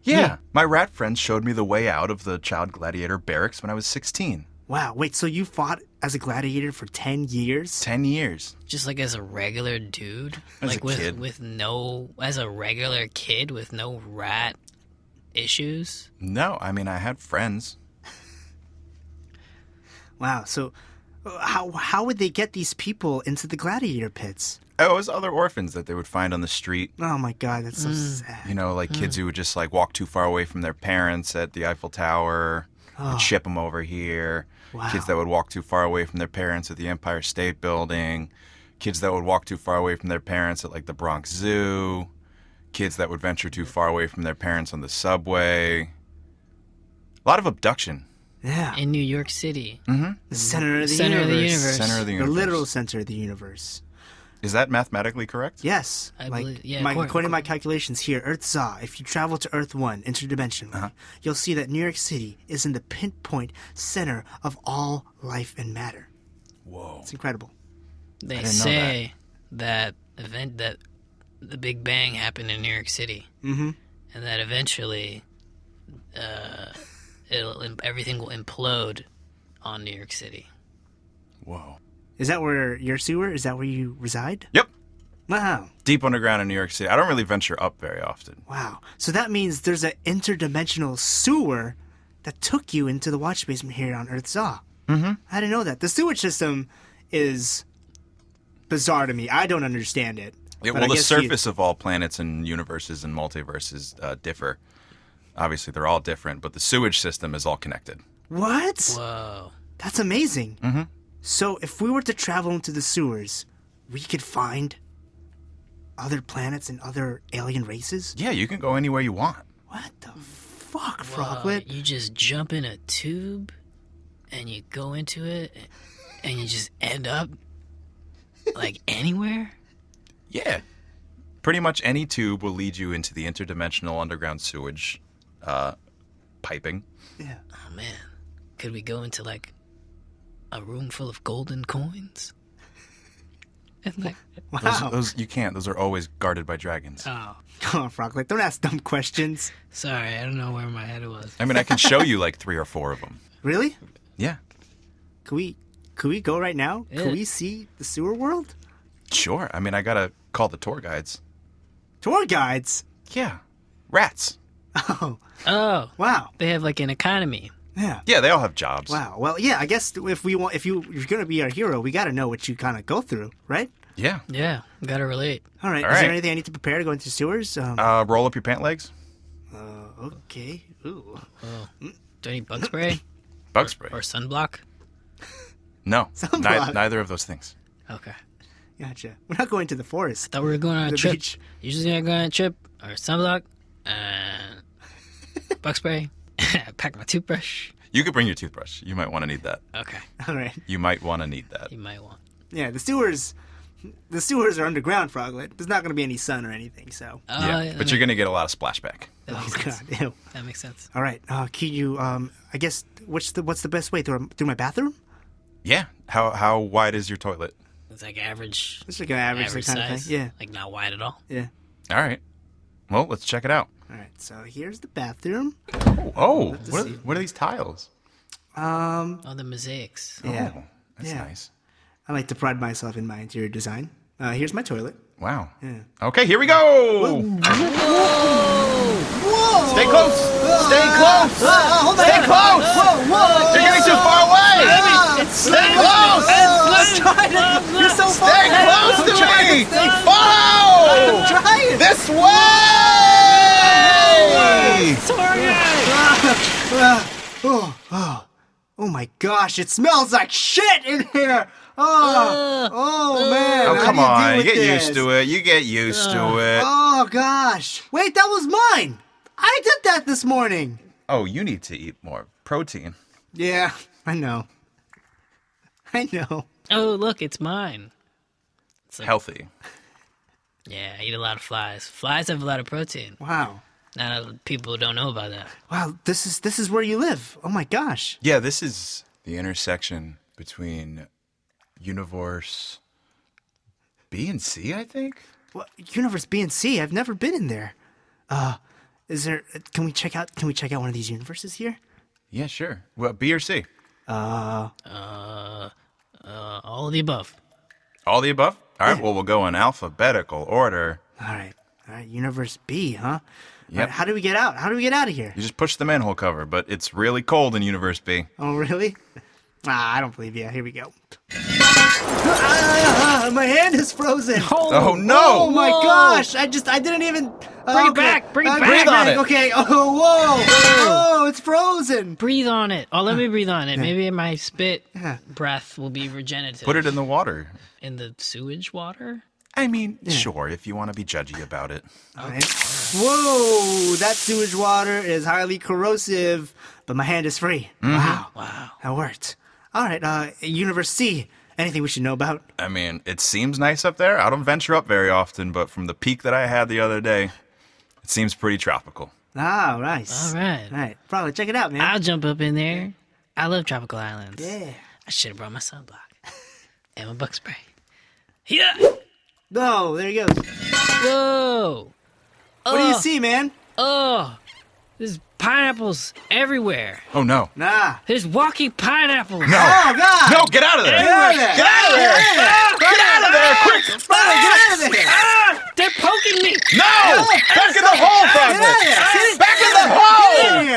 [SPEAKER 4] Yeah. My rat friends showed me the way out of the child gladiator barracks when I was 16.
[SPEAKER 2] Wow. Wait. So you fought as a gladiator for 10 years?
[SPEAKER 4] 10 years.
[SPEAKER 3] just like as a regular dude,
[SPEAKER 4] As
[SPEAKER 3] like
[SPEAKER 4] a
[SPEAKER 3] with
[SPEAKER 4] kid.
[SPEAKER 3] with no as a regular kid with no rat issues.
[SPEAKER 4] No, I mean, I had friends.
[SPEAKER 2] Wow. So uh, how how would they get these people into the gladiator pits?
[SPEAKER 4] Oh, it was other orphans that they would find on the street.
[SPEAKER 2] Oh my God. That's
[SPEAKER 3] Mm.
[SPEAKER 2] so sad.
[SPEAKER 4] You know, like kids who would just like walk too far away from their parents at the Eiffel Tower, would ship them over here. Kids that would walk too far away from their parents at the Empire State Building. Kids that would walk too far away from their parents at like the Bronx Zoo. Kids that would venture too far away from their parents on the subway. A lot of abduction.
[SPEAKER 2] Yeah.
[SPEAKER 3] In New York City,
[SPEAKER 4] Hmm.
[SPEAKER 2] The center of the
[SPEAKER 3] Center of the
[SPEAKER 2] universe.
[SPEAKER 3] universe.
[SPEAKER 4] Center of
[SPEAKER 2] The
[SPEAKER 4] the universe.
[SPEAKER 2] literal center of the universe.
[SPEAKER 4] Is that mathematically correct?
[SPEAKER 2] Yes.
[SPEAKER 3] I
[SPEAKER 2] like,
[SPEAKER 3] believe- yeah,
[SPEAKER 2] my,
[SPEAKER 3] according-
[SPEAKER 2] according, to my calculations here, Earth Zaw, if you travel to Earth 1 interdimensionally, you'll see that New York City is in the pinpoint center of all life and matter.
[SPEAKER 4] Whoa.
[SPEAKER 2] It's incredible.
[SPEAKER 3] they
[SPEAKER 4] didn't know that.
[SPEAKER 3] say that. event that the Big Bang happened in New York City, mm-hmm. and that eventually, uh, it'll im- everything will implode on New York City.
[SPEAKER 4] Whoa.
[SPEAKER 2] Is that where your sewer? Is that where you reside?
[SPEAKER 4] Yep.
[SPEAKER 2] Wow.
[SPEAKER 4] Deep underground in New York City. I don't really venture up very often.
[SPEAKER 2] Wow. So that means there's an interdimensional sewer that took you into the watch basement here on Earth Zaw. Mm-hmm. I didn't know that. The sewage system is bizarre to me. I don't understand it.
[SPEAKER 4] Yeah,
[SPEAKER 2] But
[SPEAKER 4] well,
[SPEAKER 2] I
[SPEAKER 4] the
[SPEAKER 2] guess you-
[SPEAKER 4] surface of all planets and universes and multiverses uh, differ. Obviously, they're all different, but the sewage system is all connected.
[SPEAKER 2] What?
[SPEAKER 3] Whoa.
[SPEAKER 2] That's amazing. Mm-hmm. So if we were to travel into the sewers, we could find other planets and other alien races?
[SPEAKER 4] Yeah, you can go anywhere you want.
[SPEAKER 2] What the fuck,
[SPEAKER 3] Uh,
[SPEAKER 2] Froglet?
[SPEAKER 3] you just jump in a tube and you go into it and you just end up like <laughs> anywhere?
[SPEAKER 4] Yeah. Pretty much any tube will lead you into the interdimensional underground sewage uh, piping.
[SPEAKER 2] Yeah.
[SPEAKER 3] Oh man. Could we go into like a room full of golden coins? <laughs> And like
[SPEAKER 4] Those,
[SPEAKER 2] Wow.
[SPEAKER 4] those you can't. Those are always guarded by dragons.
[SPEAKER 3] oh
[SPEAKER 2] Come on, Froglet. Don't ask dumb questions.
[SPEAKER 3] sorry, I don't know where my head was.
[SPEAKER 4] I mean, I can show you like three or
[SPEAKER 2] <laughs>
[SPEAKER 4] four of them.
[SPEAKER 2] Really?
[SPEAKER 4] Yeah,
[SPEAKER 2] Could we could we go right now?
[SPEAKER 3] Yeah.
[SPEAKER 2] Could we see the sewer world?
[SPEAKER 4] sure. I mean, I gotta call the tour guides.
[SPEAKER 2] Tour guides? <laughs>
[SPEAKER 4] Yeah, rats.
[SPEAKER 2] Oh,
[SPEAKER 3] Oh.
[SPEAKER 2] wow.
[SPEAKER 3] They have like an economy.
[SPEAKER 2] Yeah.
[SPEAKER 4] Yeah, they all have jobs.
[SPEAKER 2] Wow. Well, yeah, I guess if we want if you if you're going to be our hero, we got to know what you kind of go through, right?
[SPEAKER 4] Yeah.
[SPEAKER 3] Yeah, gotta relate.
[SPEAKER 2] All right.
[SPEAKER 4] All
[SPEAKER 2] Is there
[SPEAKER 4] right.
[SPEAKER 2] anything I need to prepare to go into sewers? Um,
[SPEAKER 4] Uh, roll up your pant legs.
[SPEAKER 2] uh, okay. Ooh.
[SPEAKER 3] Oh, Do I need bug spray
[SPEAKER 4] Bug spray.
[SPEAKER 3] or sunblock?
[SPEAKER 2] <laughs>
[SPEAKER 4] No,
[SPEAKER 2] Sunblock.
[SPEAKER 4] nei- neither of those things.
[SPEAKER 3] Okay.
[SPEAKER 2] Gotcha. We're not going to the forest. <laughs>
[SPEAKER 3] Thought we were going on a
[SPEAKER 2] The
[SPEAKER 3] trip.
[SPEAKER 2] beach.
[SPEAKER 3] Usually I go on a trip or sunblock and bug spray. <laughs> Pack my toothbrush.
[SPEAKER 4] You could bring your toothbrush. You might want to need that.
[SPEAKER 3] Okay.
[SPEAKER 2] All right.
[SPEAKER 4] You might want to need that.
[SPEAKER 3] You might want.
[SPEAKER 2] Yeah, the sewers the sewers are underground, Froglet. There's not going to be any sun or anything, so.
[SPEAKER 3] Oh,
[SPEAKER 4] yeah, but you're gonna get a lot of splashback.
[SPEAKER 3] That
[SPEAKER 2] Oh
[SPEAKER 3] makes
[SPEAKER 2] <laughs>
[SPEAKER 3] sense.
[SPEAKER 2] god. Ew.
[SPEAKER 3] That makes sense.
[SPEAKER 2] All right. Uh, can you um I guess what's the what's the best way through through my bathroom?
[SPEAKER 4] Yeah. How how wide is your toilet?
[SPEAKER 3] It's like average,
[SPEAKER 2] It's like an average,
[SPEAKER 3] average
[SPEAKER 2] kind
[SPEAKER 3] size.
[SPEAKER 2] of thing. Yeah.
[SPEAKER 3] Like not wide at all.
[SPEAKER 2] Yeah.
[SPEAKER 4] All right. Well, let's check it out.
[SPEAKER 2] All right. So here's the bathroom.
[SPEAKER 4] Oh, oh what, are, what are these tiles?
[SPEAKER 3] Oh, the mosaics.
[SPEAKER 2] Yeah.
[SPEAKER 4] Oh, that's
[SPEAKER 2] Yeah.
[SPEAKER 4] nice.
[SPEAKER 2] I like to pride myself in my interior design. Uh, here's my
[SPEAKER 3] <laughs>
[SPEAKER 2] toilet.
[SPEAKER 4] Wow. Okay, here we go. Stay close. Stay close. Stay close. You're getting too far away. Stay close.
[SPEAKER 2] You're so
[SPEAKER 4] Stay close to me. Follow.
[SPEAKER 2] Try it.
[SPEAKER 4] This way.
[SPEAKER 2] Oh, oh, oh my gosh! It smells like shit in here. Oh, oh man.
[SPEAKER 4] Oh, come
[SPEAKER 2] How
[SPEAKER 4] on.
[SPEAKER 2] do you
[SPEAKER 4] You
[SPEAKER 2] deal with
[SPEAKER 4] get
[SPEAKER 2] this?
[SPEAKER 4] used to it. You get used to it.
[SPEAKER 2] Oh gosh! Wait, that was mine. I did that this morning.
[SPEAKER 4] Oh, you need to eat more protein.
[SPEAKER 2] Yeah, I know. I know.
[SPEAKER 3] Oh, look, it's mine.
[SPEAKER 4] Healthy.
[SPEAKER 3] Yeah, I eat a lot of flies. Flies have a lot of protein.
[SPEAKER 2] Wow.
[SPEAKER 3] Not a lot of people don't know about that.
[SPEAKER 2] Wow. This is this is where you live. Oh my gosh.
[SPEAKER 4] Yeah, this is the intersection between universe B and C, I think.
[SPEAKER 2] Well, universe B and C. I've never been in there. Uh, is there? Can we check out? Can we check out one of these universes here?
[SPEAKER 4] Yeah, sure. Well, B or C?
[SPEAKER 3] Uh, all of the above.
[SPEAKER 4] All the above? All right, well, we'll go in alphabetical order.
[SPEAKER 2] All right, all right. Universe B, huh? All
[SPEAKER 4] Yep.
[SPEAKER 2] right, how do we get out? How do we get out of here?
[SPEAKER 4] You just push the manhole cover, but it's really cold in universe B.
[SPEAKER 2] Oh, really? Ah, I don't believe you. Here we go. Ah, my hand is frozen.
[SPEAKER 4] Oh,
[SPEAKER 2] Oh
[SPEAKER 4] no!
[SPEAKER 2] my gosh! I just I didn't even uh, bring
[SPEAKER 3] it back, bring it back.
[SPEAKER 4] Breathe on it.
[SPEAKER 2] Okay. Oh whoa! Oh, it's frozen.
[SPEAKER 3] Breathe on it. Oh, let me breathe on it. Maybe my spit
[SPEAKER 2] Yeah.
[SPEAKER 3] breath will be regenerative.
[SPEAKER 4] Put it in the water.
[SPEAKER 3] in the sewage water.
[SPEAKER 4] I mean, sure, if you want to be judgy about it.
[SPEAKER 2] All right. Whoa! That sewage water is highly corrosive, but my hand is free.
[SPEAKER 4] Mm-hmm.
[SPEAKER 2] Wow. Wow. That worked. All right, uh, Universe C. Anything we should know about?
[SPEAKER 4] I mean, it seems nice up there. I don't venture up very often, but from the peak that I had the other day, it seems pretty tropical.
[SPEAKER 2] Ah, nice.
[SPEAKER 3] All right.
[SPEAKER 2] All right. Probably check it out, man.
[SPEAKER 3] I'll jump up in there. I love tropical islands.
[SPEAKER 2] yeah.
[SPEAKER 3] I should have brought my sunblock and my bug spray. Yeah.
[SPEAKER 2] Oh, there he goes.
[SPEAKER 3] Whoa.
[SPEAKER 2] What do you
[SPEAKER 3] Uh,
[SPEAKER 2] see, man?
[SPEAKER 3] Oh, there's pineapples everywhere.
[SPEAKER 4] Oh no.
[SPEAKER 2] Nah.
[SPEAKER 3] There's walking pineapples.
[SPEAKER 2] Oh, God!
[SPEAKER 4] No, get out of there!
[SPEAKER 2] Get out of there!
[SPEAKER 4] Get out of there! Get out of there! Quick!
[SPEAKER 2] Froglet, get out of there!
[SPEAKER 3] They're poking me.
[SPEAKER 4] No! Back in the hole,
[SPEAKER 2] Get out of there!
[SPEAKER 4] Froglet!
[SPEAKER 2] Get it-
[SPEAKER 4] Back in the
[SPEAKER 2] get
[SPEAKER 4] hole!
[SPEAKER 2] in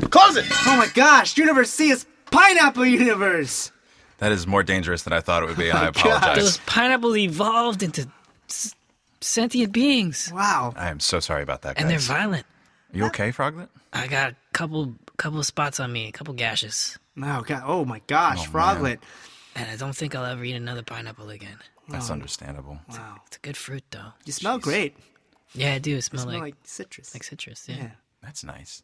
[SPEAKER 2] here!
[SPEAKER 4] Close it!
[SPEAKER 2] Oh my gosh, Universe C is Pineapple Universe!
[SPEAKER 4] That is more dangerous than I thought it would be, <laughs> and I
[SPEAKER 3] Those
[SPEAKER 4] apologize.
[SPEAKER 3] pineapples evolved into s- sentient beings,
[SPEAKER 2] Wow.
[SPEAKER 4] I am so sorry about that,
[SPEAKER 3] and they're
[SPEAKER 4] guys.
[SPEAKER 3] violent.
[SPEAKER 4] you okay, Froglet?
[SPEAKER 3] I got a couple couple spots on me, a couple gashes,
[SPEAKER 2] Oh god! Oh my gosh, Froglet!
[SPEAKER 3] and I don't think I'll ever eat another pineapple again.
[SPEAKER 4] That's understandable.
[SPEAKER 3] It's a good fruit though.
[SPEAKER 2] You smell great.
[SPEAKER 3] Yeah, I do. It smell
[SPEAKER 2] Smell
[SPEAKER 3] like,
[SPEAKER 2] like,
[SPEAKER 3] like
[SPEAKER 2] citrus.
[SPEAKER 3] citrus. Yeah.
[SPEAKER 4] That's nice.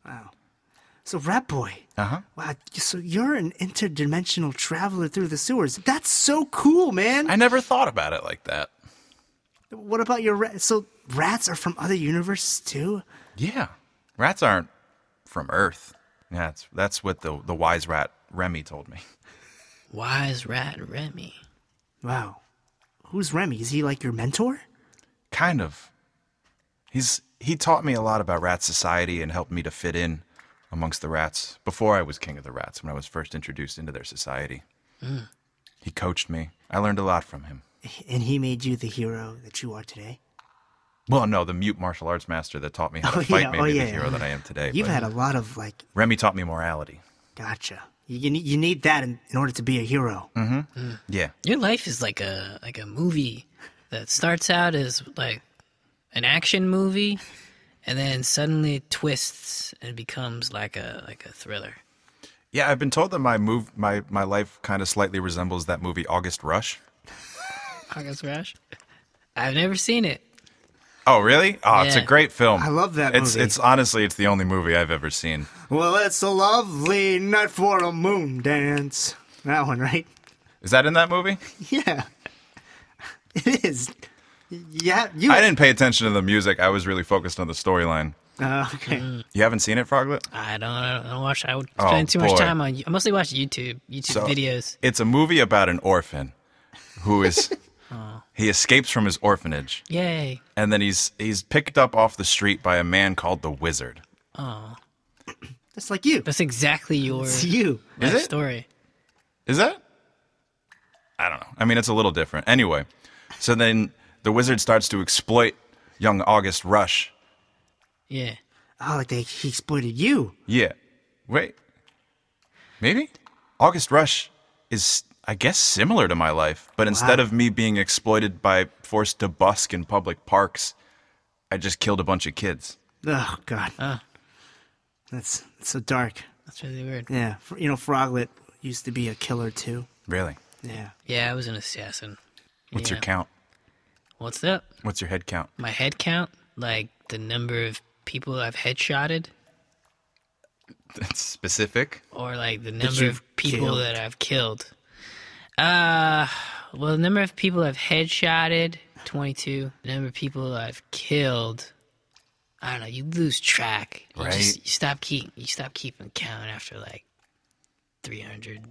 [SPEAKER 2] So, Rat Boy.
[SPEAKER 4] Uh huh.
[SPEAKER 2] Wow. So you're an interdimensional traveler through the sewers. That's so cool, man.
[SPEAKER 4] I never thought about it like that.
[SPEAKER 2] what about your rat? So rats are from other universes too.
[SPEAKER 4] Yeah. Rats aren't from Earth. Yeah, that's, that's what the, the wise rat Remy told me.
[SPEAKER 3] Wise rat Remy.
[SPEAKER 2] Wow. Who's Remy? Is he like your mentor?
[SPEAKER 4] Kind of. He's he taught me a lot about rat society and helped me to fit in amongst the rats before I was king of the rats when I was first introduced into their society.
[SPEAKER 2] Mm.
[SPEAKER 4] He coached me. I learned a lot from him.
[SPEAKER 2] And he made you the hero that you are today.
[SPEAKER 4] Well, no, the mute martial arts master that taught me how to
[SPEAKER 2] <laughs> Oh,
[SPEAKER 4] fight
[SPEAKER 2] yeah.
[SPEAKER 4] made
[SPEAKER 2] Oh,
[SPEAKER 4] me
[SPEAKER 2] yeah.
[SPEAKER 4] the hero that I am today.
[SPEAKER 2] You've
[SPEAKER 4] but
[SPEAKER 2] had a lot of like,
[SPEAKER 4] Remy taught me morality.
[SPEAKER 2] gotcha. You you need, you need that in, in order to be a hero.
[SPEAKER 4] Mm. Yeah.
[SPEAKER 3] Your life is like a like a movie that starts out as like an action movie, and then suddenly it twists and becomes like a like a thriller.
[SPEAKER 4] Yeah, I've been told that my move my, my life kind of slightly resembles that movie August Rush.
[SPEAKER 3] August Rush. I've never seen it.
[SPEAKER 4] Oh, really? Oh, it's a
[SPEAKER 3] Yeah.
[SPEAKER 4] great film.
[SPEAKER 2] I love that
[SPEAKER 4] It's
[SPEAKER 2] movie.
[SPEAKER 4] it's honestly it's the only movie I've ever seen.
[SPEAKER 2] Well, it's a lovely night for a moon dance. That one, right? <laughs>
[SPEAKER 4] Is that in that movie?
[SPEAKER 2] Yeah, it is. Yeah, you.
[SPEAKER 4] I didn't pay attention to the music. I was really focused on the storyline.
[SPEAKER 2] Uh, okay.
[SPEAKER 4] You haven't seen it, Froglet?
[SPEAKER 3] I don't, I don't watch. I would
[SPEAKER 4] Oh,
[SPEAKER 3] spend too
[SPEAKER 4] boy.
[SPEAKER 3] much time on. I mostly watch YouTube YouTube
[SPEAKER 4] So-
[SPEAKER 3] videos.
[SPEAKER 4] It's a movie about an orphan who is <laughs> he escapes from his orphanage
[SPEAKER 3] Yay!
[SPEAKER 4] and then he's he's picked up off the street by a man called the Wizard.
[SPEAKER 2] Just like you.
[SPEAKER 3] That's exactly
[SPEAKER 4] <laughs>
[SPEAKER 3] your
[SPEAKER 2] It's you.
[SPEAKER 3] life
[SPEAKER 4] it?
[SPEAKER 3] story.
[SPEAKER 4] Is that? I don't know. I mean, it's a little different. Anyway, so then the Wizard starts to exploit young August Rush.
[SPEAKER 3] Yeah.
[SPEAKER 2] Oh, like they, he exploited you.
[SPEAKER 4] Yeah. Wait. Maybe August Rush is I guess similar to my life, but instead of me being exploited by forced to busk in public parks, I just killed a bunch of kids.
[SPEAKER 2] Oh God. That's, that's so dark.
[SPEAKER 3] That's really weird.
[SPEAKER 2] Yeah, fr- you know, Froglet used to be a killer too.
[SPEAKER 4] Really?
[SPEAKER 2] Yeah.
[SPEAKER 3] Yeah, I was an assassin.
[SPEAKER 4] What's your
[SPEAKER 3] Yeah.
[SPEAKER 4] count?
[SPEAKER 3] What's up?
[SPEAKER 4] What's your
[SPEAKER 3] <laughs>
[SPEAKER 4] head count?
[SPEAKER 3] My head count, like the number of people I've headshotted,
[SPEAKER 4] That's specific.
[SPEAKER 3] or like the number
[SPEAKER 2] you've
[SPEAKER 3] of people
[SPEAKER 2] killed.
[SPEAKER 3] that I've killed. Uh, well, the number of people I've headshotted, twenty-two. The number of people I've killed, I don't know. You lose track. You
[SPEAKER 4] Right.
[SPEAKER 3] Just, you stop keep. You stop keeping count after like three hundred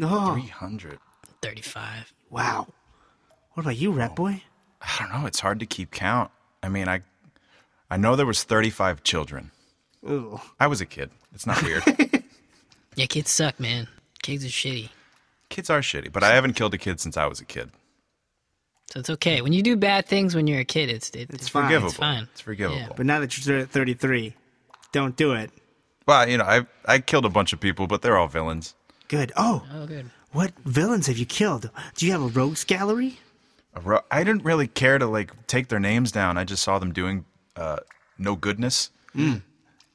[SPEAKER 2] Oh,
[SPEAKER 4] 300.
[SPEAKER 3] thirty-five.
[SPEAKER 2] wow. What about you, Rat Boy?
[SPEAKER 4] I don't know. It's hard to keep count. I mean, I I know there was 35 children. Oh.
[SPEAKER 2] Ooh.
[SPEAKER 4] I was a kid. It's not weird.
[SPEAKER 3] <laughs> Yeah, kids suck, man. Kids are shitty.
[SPEAKER 4] Kids are shitty, but I haven't killed a kid since I was a
[SPEAKER 3] Ah,
[SPEAKER 4] kid.
[SPEAKER 3] So it's okay. When you do bad things when you're a kid, it's it,
[SPEAKER 2] It's
[SPEAKER 3] it's
[SPEAKER 2] fine.
[SPEAKER 4] Forgivable.
[SPEAKER 3] fine.
[SPEAKER 4] It's forgivable.
[SPEAKER 3] Yeah.
[SPEAKER 2] But now that you're thir- 33, don't do it.
[SPEAKER 4] Well, you know, I I killed a bunch of people, but they're all villains.
[SPEAKER 2] Good. Oh,
[SPEAKER 3] oh good.
[SPEAKER 2] what villains have you killed? Do you have a rogues gallery?
[SPEAKER 4] A ro- I didn't really care to like take their names down. I just saw them doing uh, no goodness,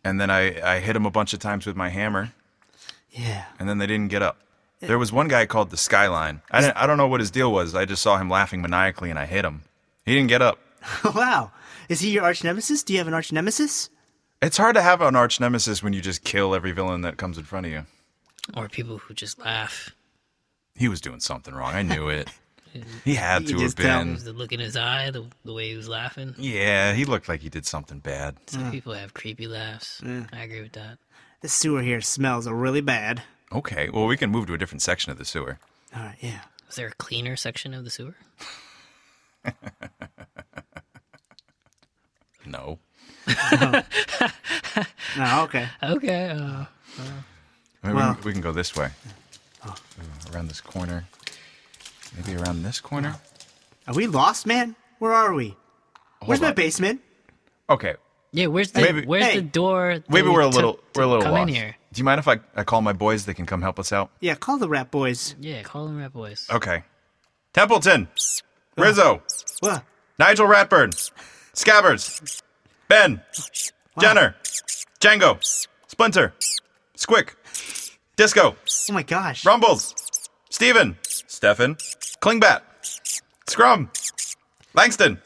[SPEAKER 4] and then I I hit them a bunch of times with my hammer,
[SPEAKER 2] Yeah.
[SPEAKER 4] and then they didn't get up. There was one guy called the Skyline. I didn't, I don't know what his deal was. I just saw him laughing maniacally, and I hit him. He didn't get up.
[SPEAKER 2] <laughs> wow. Is he your arch nemesis? Do you have an arch nemesis?
[SPEAKER 4] It's hard to have an arch nemesis when you just kill every villain that comes in front of you.
[SPEAKER 3] Or people who just laugh.
[SPEAKER 4] He was doing something wrong. I knew it. He had
[SPEAKER 2] You
[SPEAKER 4] to have
[SPEAKER 2] just tell
[SPEAKER 4] been.
[SPEAKER 3] Just The look in his eye, the, the way he was laughing.
[SPEAKER 4] Yeah, he looked like he did something bad.
[SPEAKER 3] Some people have creepy laughs.
[SPEAKER 4] Mm.
[SPEAKER 3] I agree with that.
[SPEAKER 2] The sewer here smells really bad.
[SPEAKER 4] Okay, well, we can move to a different section of the sewer.
[SPEAKER 2] All right, yeah.
[SPEAKER 3] Is there a cleaner section of the sewer?
[SPEAKER 4] No.
[SPEAKER 2] No, okay.
[SPEAKER 3] Okay. Uh,
[SPEAKER 4] Maybe
[SPEAKER 2] Well-
[SPEAKER 4] we, can, we can go this way.
[SPEAKER 3] Oh.
[SPEAKER 4] Uh, Around this corner. Maybe around this corner?
[SPEAKER 2] Are we lost, man? Where are we? Where's my
[SPEAKER 4] on.
[SPEAKER 2] basement?
[SPEAKER 4] Okay,
[SPEAKER 3] yeah. Where's the
[SPEAKER 4] Maybe-
[SPEAKER 3] Where's
[SPEAKER 2] hey,
[SPEAKER 3] the door? that
[SPEAKER 4] maybe
[SPEAKER 3] we
[SPEAKER 4] we're a
[SPEAKER 3] took
[SPEAKER 4] little
[SPEAKER 3] to
[SPEAKER 4] we're a little
[SPEAKER 3] come
[SPEAKER 4] lost.
[SPEAKER 3] in here.
[SPEAKER 4] Do you mind if I, I call my boys? They can come help us out.
[SPEAKER 2] Yeah, call the rat boys.
[SPEAKER 3] Yeah, call them rat boys.
[SPEAKER 4] Okay. Templeton,
[SPEAKER 3] Oh.
[SPEAKER 4] Rizzo,
[SPEAKER 2] What?
[SPEAKER 4] Nigel Ratburn, Scabbers, Ben, Jenner, Django, Splinter, Squick, Disco,
[SPEAKER 2] Oh my gosh.
[SPEAKER 4] Rumbles, Steven, Stefan, Klingbat, Scrum, Langston,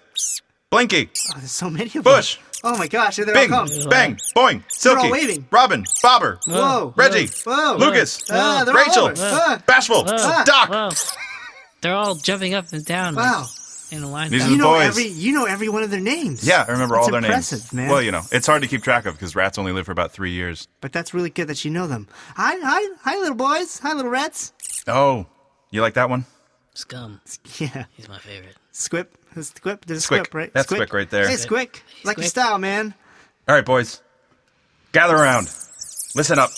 [SPEAKER 4] Blinky,
[SPEAKER 2] Oh, there's so many of
[SPEAKER 4] Bush.
[SPEAKER 2] them. Oh my gosh, here they
[SPEAKER 4] Bing,
[SPEAKER 2] all come.
[SPEAKER 4] Bang, Boing, Silky,
[SPEAKER 2] waving.
[SPEAKER 4] Robin, Bobber,
[SPEAKER 2] Whoa.
[SPEAKER 4] Reggie,
[SPEAKER 2] Whoa.
[SPEAKER 4] Lucas,
[SPEAKER 2] Ah, they're all
[SPEAKER 4] Rachel,
[SPEAKER 2] over. Ah.
[SPEAKER 4] Bashful,
[SPEAKER 3] Whoa,
[SPEAKER 4] Doc.
[SPEAKER 3] whoa. They're all jumping up and down like,
[SPEAKER 2] Ah. Wow.
[SPEAKER 3] in a line.
[SPEAKER 4] These
[SPEAKER 2] You
[SPEAKER 4] are the
[SPEAKER 2] know
[SPEAKER 4] boys.
[SPEAKER 2] every you know every one of their names.
[SPEAKER 4] Yeah, I remember
[SPEAKER 2] That's
[SPEAKER 4] all their names.
[SPEAKER 2] impressive, man.
[SPEAKER 4] Well, you know, it's hard to keep track of because rats only live for about three years.
[SPEAKER 2] But that's really good that you know them. Hi, hi, hi, little boys. Hi, little rats. <laughs>
[SPEAKER 4] Oh, you like that one?
[SPEAKER 3] Scum.
[SPEAKER 2] Yeah.
[SPEAKER 3] He's my favorite.
[SPEAKER 2] Squip. There's Squip. There's a
[SPEAKER 4] Squick.
[SPEAKER 2] Squip, right?
[SPEAKER 4] That's Squick right there.
[SPEAKER 2] Hey, Squick. Like your
[SPEAKER 3] Squick.
[SPEAKER 2] style, man.
[SPEAKER 4] All right, boys, gather around. Listen up.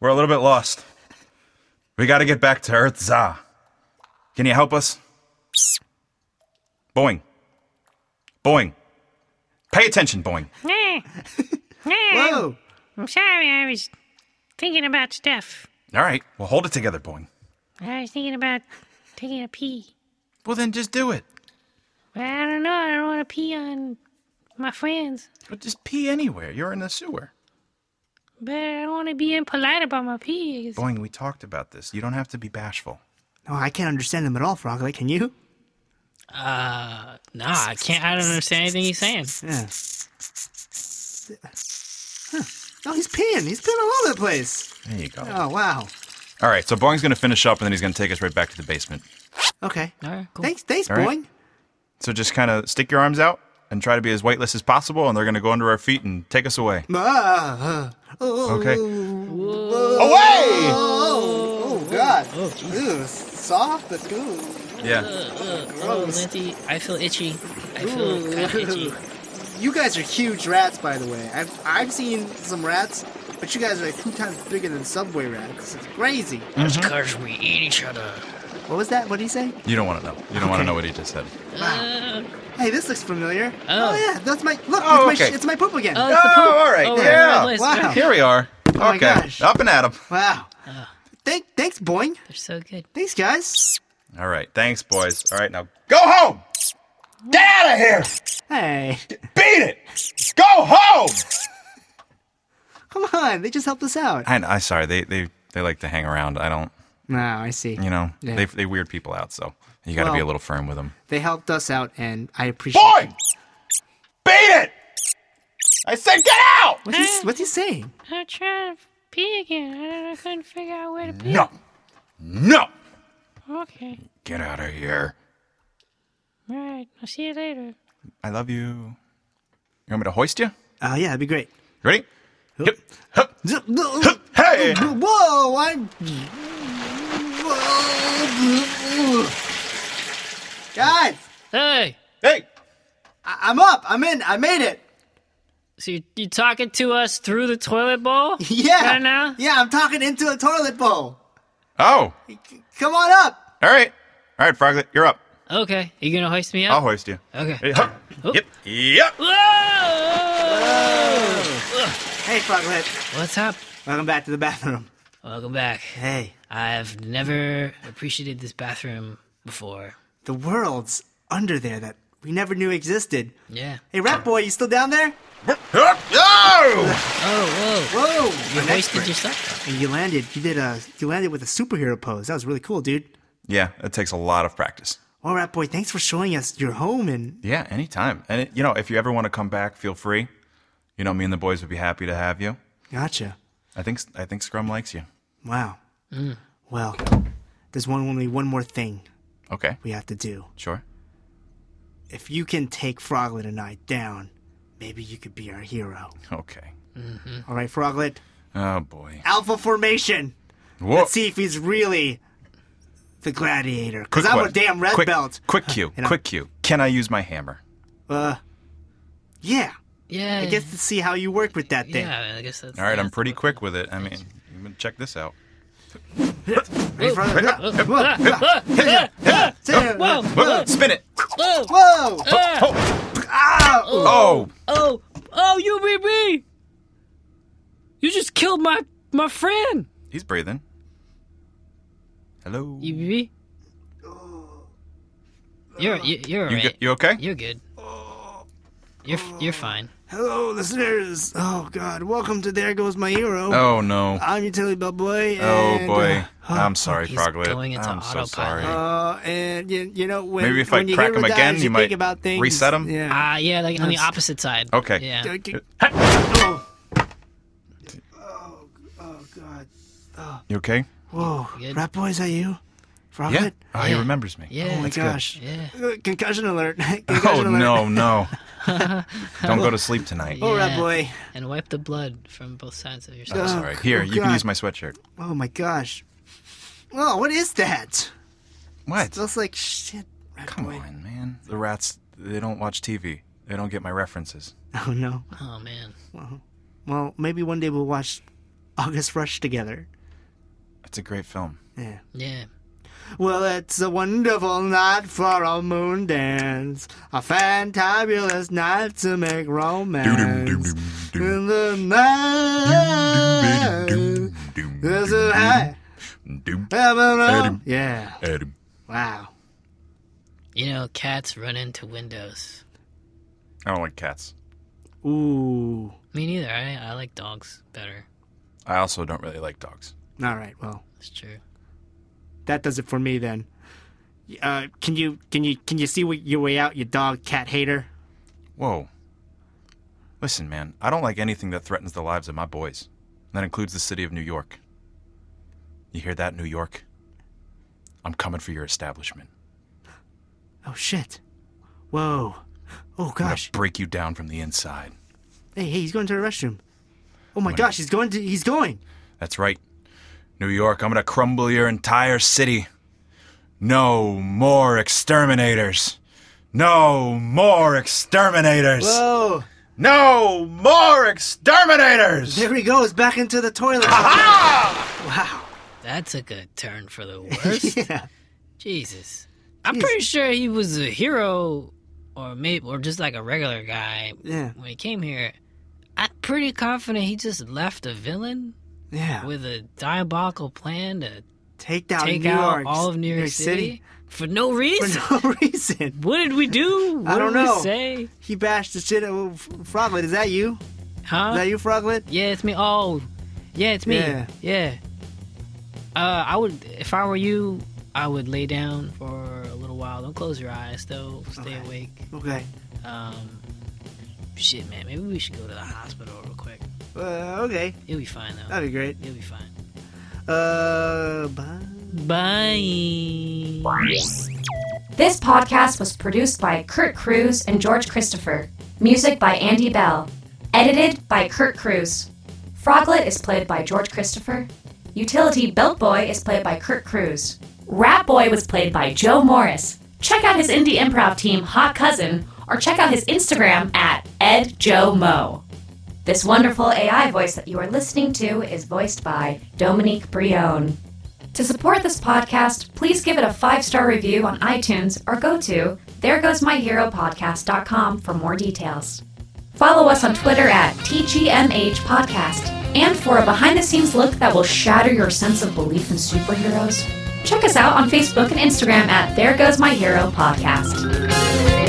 [SPEAKER 4] We're a little bit lost. We got to get back to Earth Za. Can you help us? Boing. Boing. Pay attention, Boing. <laughs>
[SPEAKER 5] Nah. nah.
[SPEAKER 2] Whoa.
[SPEAKER 5] I'm sorry. I was thinking about stuff.
[SPEAKER 4] All right, well, hold it together, Boing.
[SPEAKER 5] I was thinking about taking a pee.
[SPEAKER 4] Well, then just do it.
[SPEAKER 5] But I don't know. I don't want to pee on my friends.
[SPEAKER 4] But just pee anywhere. You're in the sewer.
[SPEAKER 5] But I don't want to be impolite about my pee.
[SPEAKER 4] Boing, we talked about this. You don't have to be bashful.
[SPEAKER 2] Oh, I can't understand them at all, Froglet. Can you?
[SPEAKER 3] Uh, nah, I can't. I don't understand anything he's saying.
[SPEAKER 2] Yeah. Huh. Oh, he's peeing. He's peeing all over the place.
[SPEAKER 4] There you go.
[SPEAKER 2] Oh, wow.
[SPEAKER 4] All right, so Boing's going to finish up and then he's going to take us right back to the basement.
[SPEAKER 2] Okay.
[SPEAKER 3] All right, cool.
[SPEAKER 2] Thanks, thanks,
[SPEAKER 4] All right.
[SPEAKER 2] Boing.
[SPEAKER 4] So just kind of stick your arms out and try to be as weightless as possible, and they're going to go under our feet and take us away.
[SPEAKER 2] Ah, ah. Uh, oh,
[SPEAKER 4] Okay. Away!
[SPEAKER 2] Oh, oh, God. Ooh, soft, but ooh.
[SPEAKER 4] Yeah.
[SPEAKER 3] Oh, Lindsay, I feel itchy. I feel kind of <laughs> itchy.
[SPEAKER 2] You guys are huge rats, by the way. I've, I've seen some rats, but you guys are like two times bigger than subway rats. It's crazy.
[SPEAKER 3] That's because we eat each other.
[SPEAKER 2] What was that? What did he say?
[SPEAKER 4] You don't want to know. You don't want to know what he just said.
[SPEAKER 3] Uh,
[SPEAKER 2] Hey, this looks familiar.
[SPEAKER 3] Oh.
[SPEAKER 2] yeah, that's my look.
[SPEAKER 4] Oh,
[SPEAKER 2] it's, my,
[SPEAKER 4] okay.
[SPEAKER 2] sh- it's my poop again.
[SPEAKER 3] Oh, it's the poop.
[SPEAKER 4] all right,
[SPEAKER 3] Oh, we're
[SPEAKER 4] yeah.
[SPEAKER 3] on the list.
[SPEAKER 2] Wow.
[SPEAKER 4] Here we are.
[SPEAKER 2] my
[SPEAKER 4] okay.
[SPEAKER 2] gosh.
[SPEAKER 4] Up and at 'em.
[SPEAKER 2] Wow. Thank, thanks, Boing.
[SPEAKER 3] They're so good.
[SPEAKER 2] Thanks, guys.
[SPEAKER 4] All right. Thanks, boys. All right, now go home. Get out of here.
[SPEAKER 2] Hey, <laughs>
[SPEAKER 4] Beat it. Go home.
[SPEAKER 2] come on. They just helped us out.
[SPEAKER 4] I, I'm sorry. They, they, they like to hang around. I don't,
[SPEAKER 2] No, I see.
[SPEAKER 4] you know,
[SPEAKER 2] Yeah.
[SPEAKER 4] they, they weird people out, so you got to be
[SPEAKER 2] Well-
[SPEAKER 4] a little firm with them.
[SPEAKER 2] They helped us out, and I appreciate
[SPEAKER 4] Boy,
[SPEAKER 2] it.
[SPEAKER 4] beat it. I said get out.
[SPEAKER 2] What's he, what's he saying?
[SPEAKER 5] I'm trying to pee again. I, don't, I couldn't figure out where to pee.
[SPEAKER 4] No. No.
[SPEAKER 5] Okay.
[SPEAKER 4] Get out of here.
[SPEAKER 5] All right. I'll see you later.
[SPEAKER 4] I love you. You want me to hoist you? You
[SPEAKER 2] Oh, yeah, that'd be
[SPEAKER 4] <laughs>
[SPEAKER 2] great.
[SPEAKER 4] ready? Yep. Hey!
[SPEAKER 2] Whoa, I'm. Whoa. Guys,
[SPEAKER 3] Hey,
[SPEAKER 4] Hey!
[SPEAKER 2] I- I'm up. I'm in. I made it. <laughs>
[SPEAKER 3] so you, you talking to us through the toilet bowl?
[SPEAKER 2] <laughs> Yeah.
[SPEAKER 3] Right now?
[SPEAKER 2] Yeah, I'm talking into a toilet bowl.
[SPEAKER 4] Oh!
[SPEAKER 2] C- Come on up.
[SPEAKER 4] All right. All right, Froglet, you're up.
[SPEAKER 3] Okay, you gonna hoist me
[SPEAKER 4] I'll
[SPEAKER 3] up?
[SPEAKER 4] hoist you.
[SPEAKER 3] okay.
[SPEAKER 4] Hey, hup.
[SPEAKER 3] Oh.
[SPEAKER 4] Yep. Yep.
[SPEAKER 3] Whoa!
[SPEAKER 2] Hey, Froglet.
[SPEAKER 3] What's up?
[SPEAKER 2] Welcome back to the bathroom.
[SPEAKER 3] Welcome back.
[SPEAKER 2] Hey,
[SPEAKER 3] I've never appreciated this bathroom before.
[SPEAKER 2] the world's under there that we never knew existed. <laughs>
[SPEAKER 3] Yeah.
[SPEAKER 2] Hey, Rat Boy, you still down there?
[SPEAKER 4] Hup. Oh!
[SPEAKER 3] Oh, whoa.
[SPEAKER 2] Whoa.
[SPEAKER 3] You
[SPEAKER 2] an
[SPEAKER 3] hoisted
[SPEAKER 2] expert.
[SPEAKER 3] yourself
[SPEAKER 2] And you landed. You did a. You landed with a superhero pose. That was really cool, dude.
[SPEAKER 4] Yeah, it takes a lot of practice.
[SPEAKER 2] All right, boy. Thanks for showing us your home and
[SPEAKER 4] Yeah, anytime. And, it, you know, if you ever want to come back, feel free. You know, me and the boys would be happy to have you.
[SPEAKER 2] gotcha.
[SPEAKER 4] I think I think Scrum likes you.
[SPEAKER 2] Wow. Well, there's one only one more thing
[SPEAKER 4] Okay,
[SPEAKER 2] we have to do.
[SPEAKER 4] sure.
[SPEAKER 2] If you can take Froglet and I down, maybe you could be our hero.
[SPEAKER 4] Okay.
[SPEAKER 2] All right, Froglet.
[SPEAKER 4] Oh boy.
[SPEAKER 2] Alpha formation.
[SPEAKER 4] Whoa.
[SPEAKER 2] Let's see if he's really the gladiator. Cause
[SPEAKER 4] Quick
[SPEAKER 2] I'm a
[SPEAKER 4] one.
[SPEAKER 2] damn red
[SPEAKER 4] quick,
[SPEAKER 2] belt.
[SPEAKER 4] Quick cue.
[SPEAKER 2] And I'm-
[SPEAKER 4] Quick cue. Can I use my hammer?
[SPEAKER 2] Uh, yeah.
[SPEAKER 3] Yeah.
[SPEAKER 2] I guess to see how you work with that thing.
[SPEAKER 3] Yeah, I guess that's.
[SPEAKER 4] All right, I'm
[SPEAKER 3] that's-
[SPEAKER 4] pretty quick with it. I mean, you can check this out.
[SPEAKER 2] Hey, Froglet. Whoa. Whoa.
[SPEAKER 3] Ah, ah,
[SPEAKER 2] Whoa.
[SPEAKER 3] Whoa.
[SPEAKER 4] Whoa, spin it.
[SPEAKER 3] Whoa.
[SPEAKER 2] Whoa.
[SPEAKER 3] Ah,
[SPEAKER 2] Ow.
[SPEAKER 4] Oh,
[SPEAKER 3] oh, oh, you beat me! You just killed my my friend.
[SPEAKER 4] he's breathing. Hello.
[SPEAKER 3] You beat me. You're you, you're
[SPEAKER 4] You
[SPEAKER 3] alright.
[SPEAKER 4] go- you okay?
[SPEAKER 3] You're good. You're you're fine.
[SPEAKER 2] Hello, listeners. Oh, God. Welcome to There Goes My Hero.
[SPEAKER 4] Oh no.
[SPEAKER 2] I'm Utility Bell Boy.
[SPEAKER 4] Oh
[SPEAKER 2] and,
[SPEAKER 4] boy.
[SPEAKER 2] uh,
[SPEAKER 4] I'm sorry,
[SPEAKER 3] He's
[SPEAKER 4] Froglet.
[SPEAKER 3] going into
[SPEAKER 4] I'm so
[SPEAKER 3] autopilot.
[SPEAKER 4] sorry.
[SPEAKER 2] Uh, and you, you know when
[SPEAKER 4] Maybe if I
[SPEAKER 2] when you
[SPEAKER 4] crack
[SPEAKER 2] hear
[SPEAKER 4] 'em
[SPEAKER 2] what
[SPEAKER 4] again,
[SPEAKER 2] dies,
[SPEAKER 4] you
[SPEAKER 2] you,
[SPEAKER 4] might
[SPEAKER 2] think about things.
[SPEAKER 4] reset 'em?
[SPEAKER 2] Yeah.
[SPEAKER 3] Ah, yeah, like on the opposite side.
[SPEAKER 4] Okay.
[SPEAKER 3] Yeah.
[SPEAKER 2] Okay. oh. oh, oh God.
[SPEAKER 4] you okay?
[SPEAKER 2] Whoa.
[SPEAKER 3] Good.
[SPEAKER 2] Rat boy, is that you? Froglet?
[SPEAKER 4] Yeah. Oh, he
[SPEAKER 3] Yeah.
[SPEAKER 4] remembers me.
[SPEAKER 3] Yeah.
[SPEAKER 2] Oh my gosh.
[SPEAKER 3] Yeah.
[SPEAKER 2] Uh, Concussion alert. <laughs> Concussion
[SPEAKER 4] Oh
[SPEAKER 2] alert.
[SPEAKER 4] <laughs> no, no. <laughs> Don't go to sleep tonight.
[SPEAKER 2] Oh,
[SPEAKER 3] Yeah.
[SPEAKER 2] Rat boy.
[SPEAKER 3] And wipe the blood from both sides of
[SPEAKER 4] I'm
[SPEAKER 3] yourself.
[SPEAKER 4] sorry. Here,
[SPEAKER 2] oh,
[SPEAKER 4] you can
[SPEAKER 2] God.
[SPEAKER 4] use my sweatshirt.
[SPEAKER 2] Oh my gosh. Oh, what is that?
[SPEAKER 4] What?
[SPEAKER 2] Smells like shit. Rat
[SPEAKER 4] Come
[SPEAKER 2] boy.
[SPEAKER 4] on, man. The rats, they don't watch TV. They don't get my references.
[SPEAKER 2] <laughs> Oh no.
[SPEAKER 3] Oh man.
[SPEAKER 2] Well, maybe one day we'll watch August Rush together.
[SPEAKER 4] It's a great film.
[SPEAKER 2] Yeah.
[SPEAKER 3] Yeah.
[SPEAKER 2] Well, it's a wonderful night for a moon dance, a fantabulous night to make romance. In the night, there's a high. heaven up- Yeah. Wow.
[SPEAKER 3] You know, cats run into windows.
[SPEAKER 4] I don't like cats.
[SPEAKER 2] Ooh.
[SPEAKER 3] Me neither. I I like dogs better.
[SPEAKER 4] I also don't really like dogs.
[SPEAKER 2] All right. Well,
[SPEAKER 3] It's true.
[SPEAKER 2] that does it for me then. Uh, can you can you can you see what your way out, you dog cat hater?
[SPEAKER 4] Whoa. Listen, man, I don't like anything that threatens the lives of my boys. That includes the city of New York. You hear that, New York? I'm coming for your establishment.
[SPEAKER 2] Oh shit. Whoa. Oh
[SPEAKER 4] I'm gonna
[SPEAKER 2] gosh.
[SPEAKER 4] break you down from the inside.
[SPEAKER 2] Hey, hey, he's going to the restroom. Oh my gosh, he's going to he's going.
[SPEAKER 4] That's right. New York, I'm gonna crumble your entire city. No more exterminators. No more exterminators.
[SPEAKER 2] Whoa.
[SPEAKER 4] No more exterminators. Ah!
[SPEAKER 2] There he goes, back into the
[SPEAKER 3] <laughs>
[SPEAKER 2] toilet.
[SPEAKER 3] That's a good turn for the
[SPEAKER 2] <laughs>
[SPEAKER 3] worst.
[SPEAKER 2] Yeah.
[SPEAKER 3] Jesus. I'm pretty sure he was a hero or maybe or just like a regular guy
[SPEAKER 2] Yeah.
[SPEAKER 3] when he came here. I'm pretty confident he just left a villain
[SPEAKER 2] Yeah.
[SPEAKER 3] with a diabolical plan to
[SPEAKER 2] Take down
[SPEAKER 3] take
[SPEAKER 2] New
[SPEAKER 3] out
[SPEAKER 2] York.
[SPEAKER 3] all of New York, City, for no reason.
[SPEAKER 2] <laughs> for
[SPEAKER 3] <laughs>
[SPEAKER 2] no reason.
[SPEAKER 3] What did we do? What
[SPEAKER 2] I don't
[SPEAKER 3] did
[SPEAKER 2] know.
[SPEAKER 3] We say,
[SPEAKER 2] He bashed the shit out of Froglet. Is that you?
[SPEAKER 3] huh?
[SPEAKER 2] Is that you, Froglet?
[SPEAKER 3] yeah, it's me. Oh, yeah, it's me.
[SPEAKER 2] Yeah.
[SPEAKER 3] Yeah. Uh, I would, if I were you, I would lay down for a little while. Don't close your eyes, though. Stay
[SPEAKER 2] Okay.
[SPEAKER 3] awake.
[SPEAKER 2] Okay.
[SPEAKER 3] Um, shit, man. Maybe we should go to the hospital real quick.
[SPEAKER 2] Uh, okay.
[SPEAKER 3] You'll be fine, though.
[SPEAKER 2] That'd be great.
[SPEAKER 3] You'll be fine.
[SPEAKER 2] Uh, bye.
[SPEAKER 3] Bye.
[SPEAKER 1] This podcast was produced by Kurt Cruz and George Christopher. Music by Andy Bell. Edited by Kurt Cruz. Froglet is played by George Christopher. Utility Belt Boy is played by Kurt Cruz. Rat Boy was played by Joe Morris. Check out his indie improv team, Hot Cousin, or check out his Instagram at EdJoeMo. This wonderful AI voice that you are listening to is voiced by Dominique Brion. To support this podcast, please give it a five star review on iTunes or go to theregoesmyheropodcast.com for more details. Follow us on Twitter at TGMH Podcast. And for a behind the scenes look that will shatter your sense of belief in superheroes, check us out on Facebook and Instagram at There Goes My Hero Podcast.